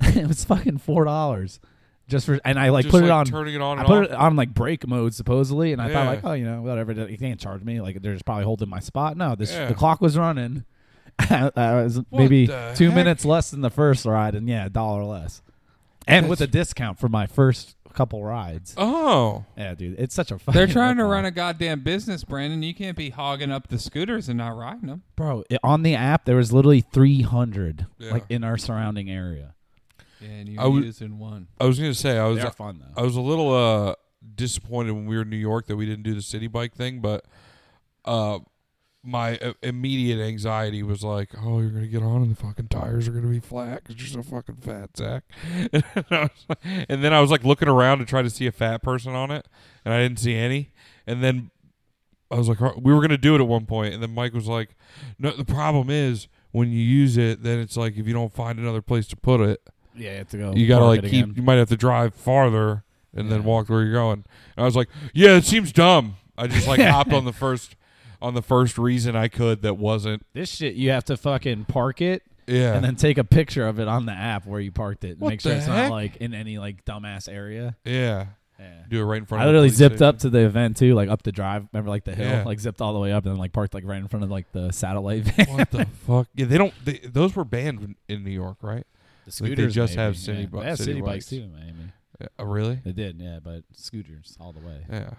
it was fucking four dollars just for, and I like
Just
put
like
it on.
turning it on.
I
And
put
off.
it on like break mode supposedly, and I thought
Yeah.
like, oh, you know, whatever. You can't charge me. Like they're just probably holding my spot. No, this
Yeah.
the clock was running. I was maybe
the
two
heck?
minutes less than the first ride, and yeah, a dollar less, and with a discount for my first couple rides.
Oh,
Yeah, dude, it's such a. Fucking
They're trying to
ripoff.
run a goddamn business, Brandon. You can't be hogging up the scooters and not riding them.
bro it, on the app. There was literally three hundred
Yeah.
like in our surrounding area.
And
I
you're
would-
using one.
I was gonna say I was
They're fun though.
I was a little uh, disappointed when we were in New York that we didn't do the city bike thing, but uh, my uh, immediate anxiety was like, "Oh, you're gonna get on and the fucking tires are gonna be flat because you're so fucking fat, Zach." and, I was like- and then I was like looking around to try to see a fat person on it, and I didn't see any. And then I was like, "Oh," "We were gonna do it at one point," and then Mike was like, "No, the problem is." When you use it, then it's like if you don't find another place to put it,
yeah, you have to go.
you gotta
park
like
it
keep.
again.
You might have to drive farther and then walk where you're going. And I was like, yeah, it seems dumb. I just like hopped on the first on the first reason I could that wasn't.
This shit, you have to fucking park it
Yeah,
and then take a picture of it on the app where you parked it and
What
make sure
the
it's
heck?
not like in any like dumbass area.
yeah. Do it right in front.
I
of the
literally
police
zipped
station.
up to the event too, like up the drive. Remember, like the hill,
Yeah.
like zipped all the way up and then like parked like right in front of like the satellite van.
What the fuck? Yeah, they don't. They, those were banned in- in New York, right?
the
Like, they just have city
yeah.
bu-
They have
city
city
bikes.
bikes too in Miami.
Yeah. Oh, really?
They did, yeah, but scooters all the way.
Yeah.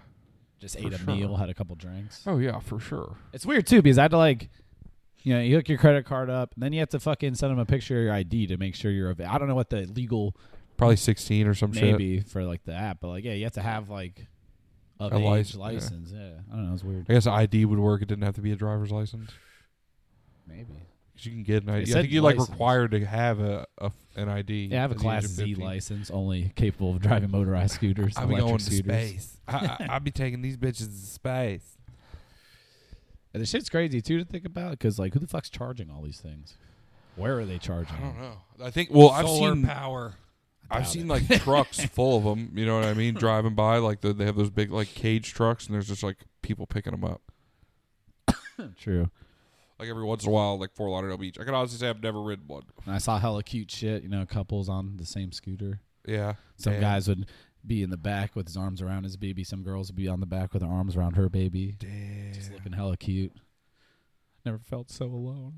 Just
For
ate a
sure.
meal, had a couple drinks.
Oh yeah, for sure.
It's weird too because I had to like, you know, you hook your credit card up, and then you have to fucking send them a picture of your ID to make sure you're. Av- I don't know what the legal
Probably sixteen or some shit.
maybe for like the app, but like yeah, you have to have like of
A
age
license,
license.
yeah.
Yeah. I don't know. It's weird.
I guess ID would work. It didn't have to be a driver's license.
Maybe.
'Cause You can get an ID. I
said
think you like
license.
required to have a, a an ID.
Yeah, I have a
at the age
class
of
Z
15.
license, only capable of driving motorized scooters.
I'll
and
be
electric
going
scooters.
to space. I, I, I'll be taking these bitches to space.
And the shit's crazy too to think about because like, who the fuck's charging all these things? Where are they charging?
I
them?
don't know. I think. Well, I've
Solar
seen.
power.
I've
Doubt
seen
it.
like trucks full of them. You know what I mean? Driving by, like the, they have those big like cage trucks, and there's just like people picking them up.
True.
Like every once in a while, like Fort Lauderdale Beach. I can honestly say I've never ridden one.
And I saw hella cute shit. You know, couples on the same scooter.
Yeah.
Some
Damn.
guys would be in the back with his arms around his baby. Some girls would be on the back with their arms around her baby.
Damn.
Just looking hella cute. Never felt so alone.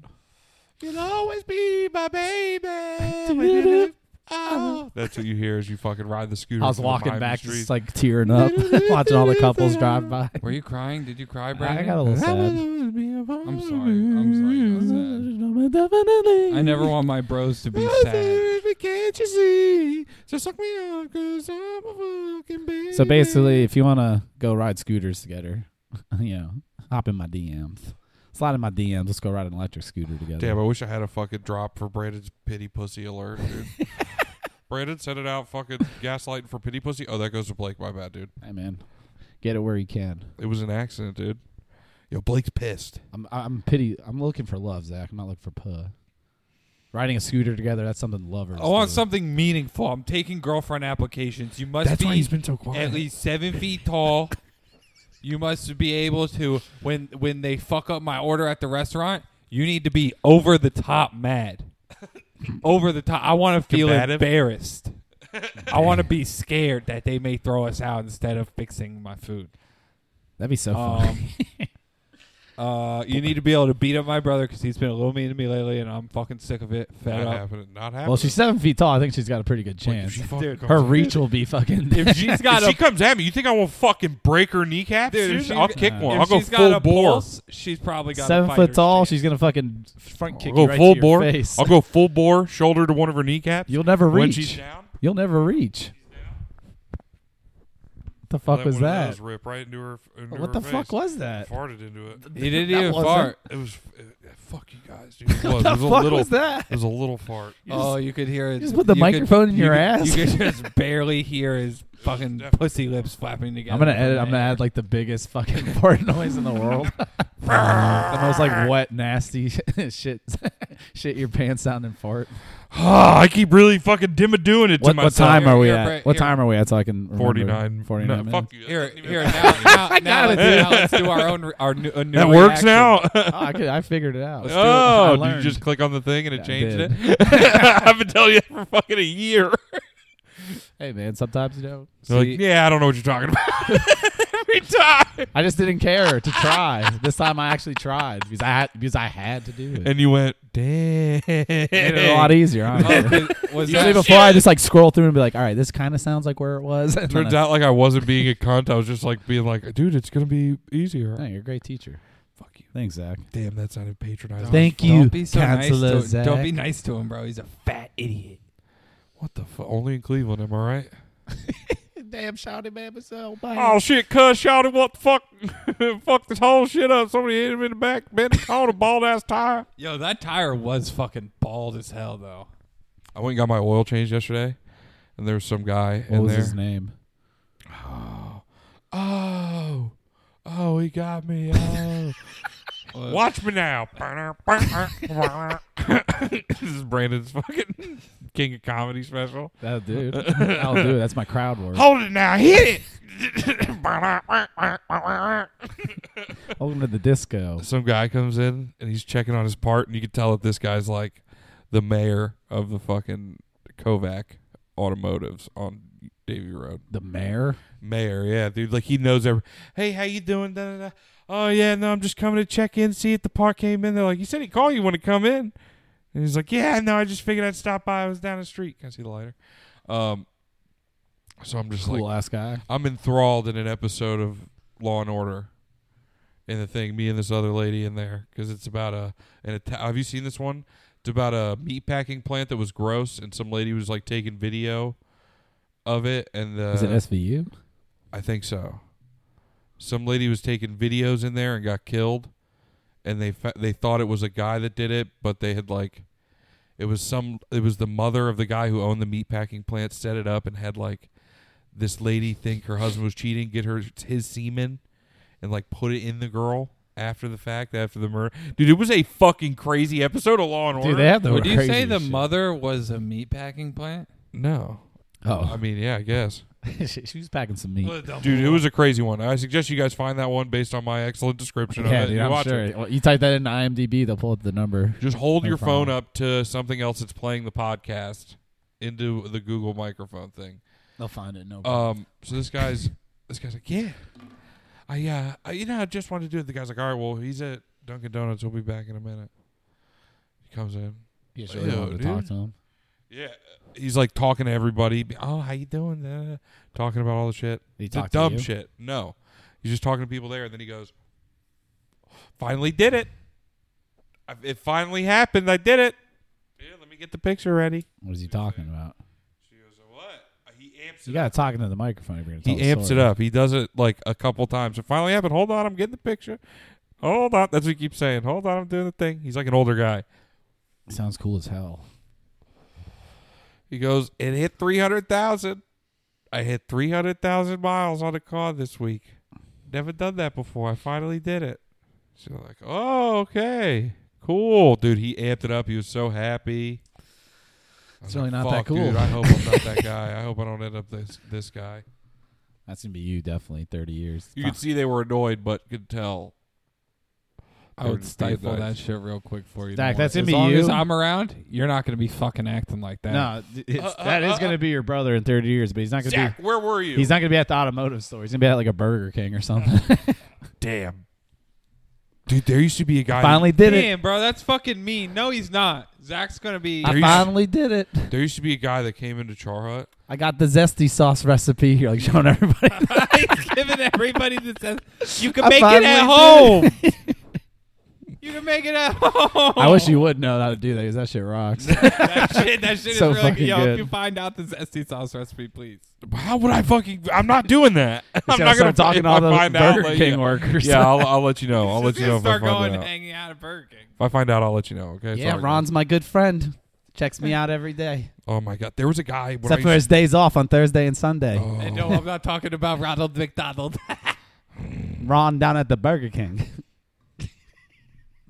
You'll always be my baby. Oh. That's what you hear as you fucking ride the scooter.
Uh-huh. I was
through the
walking
Miami
back,
streets.
just like tearing up, watching all the couples drive by.
Were you crying? Did you cry,
I
Brandon?
got a little sad.
I'm
I'm
sorry. I'm sorry. I was sad. I never want my bros to be sad.
Can't you see? Just suck me up, cause I'm a fucking baby.
So basically, if you want to go ride scooters together, you know, hop in my DMs, slide in my DMs. Let's go ride an electric scooter together.
damn, I wish I had a fucking drop for Brandon's pity pussy alert, dude. Brandon, send it out. Fucking gaslighting for pity pussy. Oh, that goes to Blake. My bad, dude.
hey man, get it where you can.
It was an accident, dude. Yo, Blake's pissed.
I'm I'm pity. I'm looking for love, Zach. I'm not looking for puh. Riding a scooter together—that's something lovers.
Oh, I want
do.
something meaningful. I'm taking girlfriend applications. You must
That's
be
why he's been so quiet.
at least seven feet tall. You must be able to when when they fuck up my order at the restaurant. You need to be over the top mad, over the top. I want to feel
Combative?
embarrassed. I want to be scared that they may throw us out instead of fixing my food.
That'd be so fun.
Um, uh, you need to be able to beat up my brother because he's been a little mean to me lately, and I'm fucking sick of it. Fed
Not
up.
happening. Not happening.
well, she's seven feet tall. I think she's got a pretty good
Like, if
chance.
she fucking
Dude,
comes
Her
at me-
reach will be fucking.
If she's got
If
a
she comes at me, you think I won't fucking break her kneecaps?
Dude, if
Dude,
she's
I'll
got-
kick
uh,
one.
If
I'll go
she's
full
got a
bore.
pulse, she's probably got a
seven
fighter's
foot tall.
chance.
She's gonna fucking front kick
I'll go
you right
full
to your
bore.
face.
I'll go full bore, shoulder to one of her kneecaps.
You'll never
when
reach.
she's down.
You'll never reach. What the fuck
let
was
one of
that?
those Rip right into her. into
What
her
the
face.
fuck was that?
Farted into it.
He didn't
That
even
wasn't-
fart.
It was. It, it- fuck you guys, dude. It was,
What the
it was a
fuck
little.
was that?
It was a little fart.
oh, you could hear it.
just put the
you
microphone in
you
your
could-
ass.
You could just barely hear his fucking
definitely-
pussy lips flapping together.
I'm gonna edit. I'm gonna add like the biggest fucking fart noise in the world. the most like wet, nasty shit.
shit your pants out and fart.
Ah, I keep really fucking dimma doing it to
What, what
myself.
time are we
Here,
at?
Brett,
what
here.
time are we at? So I can remember?
Forty nine.
49
no,
minutes.
Fuck you.
Here, here now, now, now, let's, now let's do our own. re- Our new, a new
That works
reaction. Uh,
now.
Oh, I could, I figured it out.
Oh,
I
did you just
learned.
click on the thing and it
I
changed
did.
it? I've been telling you that for fucking a year.
Hey man, sometimes you know.
They're like, yeah, I don't know what you're talking about. Every time.
I just didn't care to try. this time I actually tried because I had because I had to do it.
And you went, damn.
Made it a lot easier. honestly.
Oh, was- was
Usually
that-
before I just like scroll through and be like, all right, this kind of sounds like where it was. And then
Turns
I-
out like I wasn't being a cunt. I was just like being like, dude, it's gonna be easier.
No, you're a great teacher. Fuck you. Thanks, Zach.
Damn, that sounded patronizing.
Thank
Don't
you,
be so
Counselor
nice to,
Zach.
Don't be nice to him, bro. He's a fat idiot.
What the fuck? Only in Cleveland, am I right?
Damn, shouty man, myself.
Oh shit, cuz shouted, what the fuck? fuck this whole shit up. Somebody hit him in the back, bent his called a bald ass tire.
Yo, that tire was fucking bald as hell, though.
I went and got my oil changed yesterday, and there was some guy
What
in
was
there.
his name?
Oh, oh, he got me. Oh. Watch me now. this is Brandon's fucking King of Comedy special.
That'll do. I'll do it. That's my crowd work.
Hold it now, hit it.
Welcome to the disco.
Some guy comes in and he's checking on his part, and you can tell that this guy's like the mayor of the fucking Kovac Automotives on Davy Road.
The mayor.
mayor. Yeah, dude. Like he knows every. Hey, how you doing? Da, da, da. Oh yeah, no, I'm just coming to check in, see if the park came in. They're like, you said he called you want to come in, and he's like, yeah, no, I just figured I'd stop by. I was down the street. Can I see the lighter? Um, so I'm just
Cool
like,
ass guy.
I'm enthralled in an episode of Law and Order. And the thing, me and this other lady in there, because it's about a an Ita- Have you seen this one? It's about a meat packing plant that was gross, and some lady was like taking video of it, and the
Is it SVU?
I think so. Some lady was taking videos in there and got killed, and they fa- they thought it was a guy that did it, but they had like, it was some it was the mother of the guy who owned the meat packing plant set it up and had like, this lady think her husband was cheating, get her his semen, and like put it in the girl after the fact after the murder. Dude, it was a fucking crazy episode of Law and Order.
Dude, they have the.
Would you say
craziest
the
shit.
mother was a meatpacking plant?
no, I
Oh,
mean yeah, I guess.
she she was packing some meat.
Dude, it was a crazy one. I suggest you guys find that one based on my excellent description
yeah,
of it.
dude,
You
I'm
watch it.
sure. Well, you type that in IMDb, they'll pull up the number.
Just hold
No
your phone
problem.
up to something else that's playing the podcast into the Google microphone thing.
They'll find it. No.
Um, so this guy's this guy's like, yeah, I uh, I, you know, I just wanted to do it. The guy's like, all right, well, he's at Dunkin' Donuts. He'll be back in a minute. He comes in.
you just really
Ew,
wanted to talk
dude.
to him.
Yeah, he's like talking to everybody. Oh, how you doing? Da, da, da. Talking about all the shit.
Did he
It's a
talk to
dumb
you?
shit. No, he's just talking to people there, and then he goes, "Finally did it! I, it finally happened! I did it! Yeah, let me get the picture ready."
What is he talking about?
She goes, "What?" Uh, He amps
You Oh, got to talk into the microphone if you're going to
He amps it up. He does it like a couple times. It finally happened. Hold on, I'm getting the picture. Hold on. That's what he keeps saying. Hold on, I'm doing the thing. He's like an older guy.
Sounds cool as hell.
He goes, it hit 300,000. I hit 300,000 miles on a car this week. Never done that before. I finally did it. So like, oh, okay. Cool. Dude, he amped it up. He was so happy. I was
It's really not that
"Fuck,
cool."
Dude, I hope I'm not that guy. I hope I don't end up this this guy.
That's going to be you, definitely, 30 years.
You could see they were annoyed, but could tell.
I would stifle that
Nice.
shit real quick for you.
Zach,
Don't
that's gonna
worry. as
be
long
you.
as I'm around, you're not going to be fucking acting like that.
No, d- it's, that is going to be your brother in 30 years, but he's not going to
Jack, where were you?
be. He's not going to be at the automotive store. He's going to be at like a Burger King or something.
Damn. Dude, there used to be a guy.
Finally did it.
Damn, bro, that's fucking mean. No, he's not. Zach's going to be.
There
I
used-
finally did it.
There used to be a guy that came into Char Hut.
I got the zesty sauce recipe. You're like showing everybody.
He's giving everybody that says you can
I
make it at
finally
home. you can make it at home.
I wish you would know how to do that because that shit rocks.
that shit. That shit
So
is really
fucking
good. Yo,
good.
if you find out this SD sauce recipe, please.
How would I fucking? I'm not doing that. I'm
So
not gonna
start talking
if
to all
I
the
find out,
Burger
like,
King
yeah.
workers.
Yeah, I'll, I'll let you know. I'll let
Just
you know if I
start
find
going
out.
hanging out at Burger King.
If I find out, I'll let you know. Okay.
yeah,
Sorry,
Ron's my good friend. Checks me out every day,
guys. Oh my god, there was a guy. When
except for
I
his
used,
days off on Thursday and Sunday.
Oh.
And no, I'm not talking about Ronald McDonald.
Ron down at the Burger King.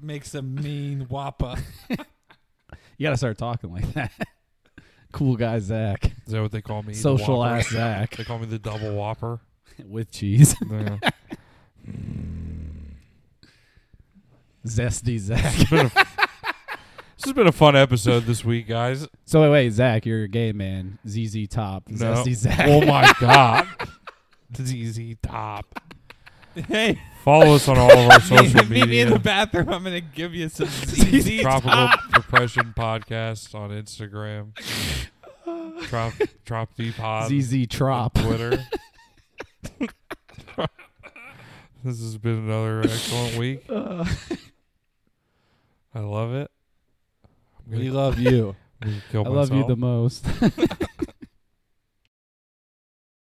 Makes a mean whopper.
You got to start talking like that. cool guy Zach,
Is that what they call me? The
social
Whopper?
ass Zach
They call me the double whopper.
with cheese,
Yeah.
zesty Zach.
this has been a fun episode this week, guys.
So wait, wait, Zach, you're a gay man. ZZ Top,
No.
zesty Zach.
Oh my god. ZZ Top.
Hey,
Follow us on all of our
meet,
social
meet me in the
media.
bathroom. I'm gonna give you some ZZ
Tropical Depression Podcast on Instagram. Trop Trop D Pod
ZZ
on
Trop.
Twitter. this has been another excellent week. I love it. I'm gonna
love you.
I'm gonna kill
I love you
myself.
the most.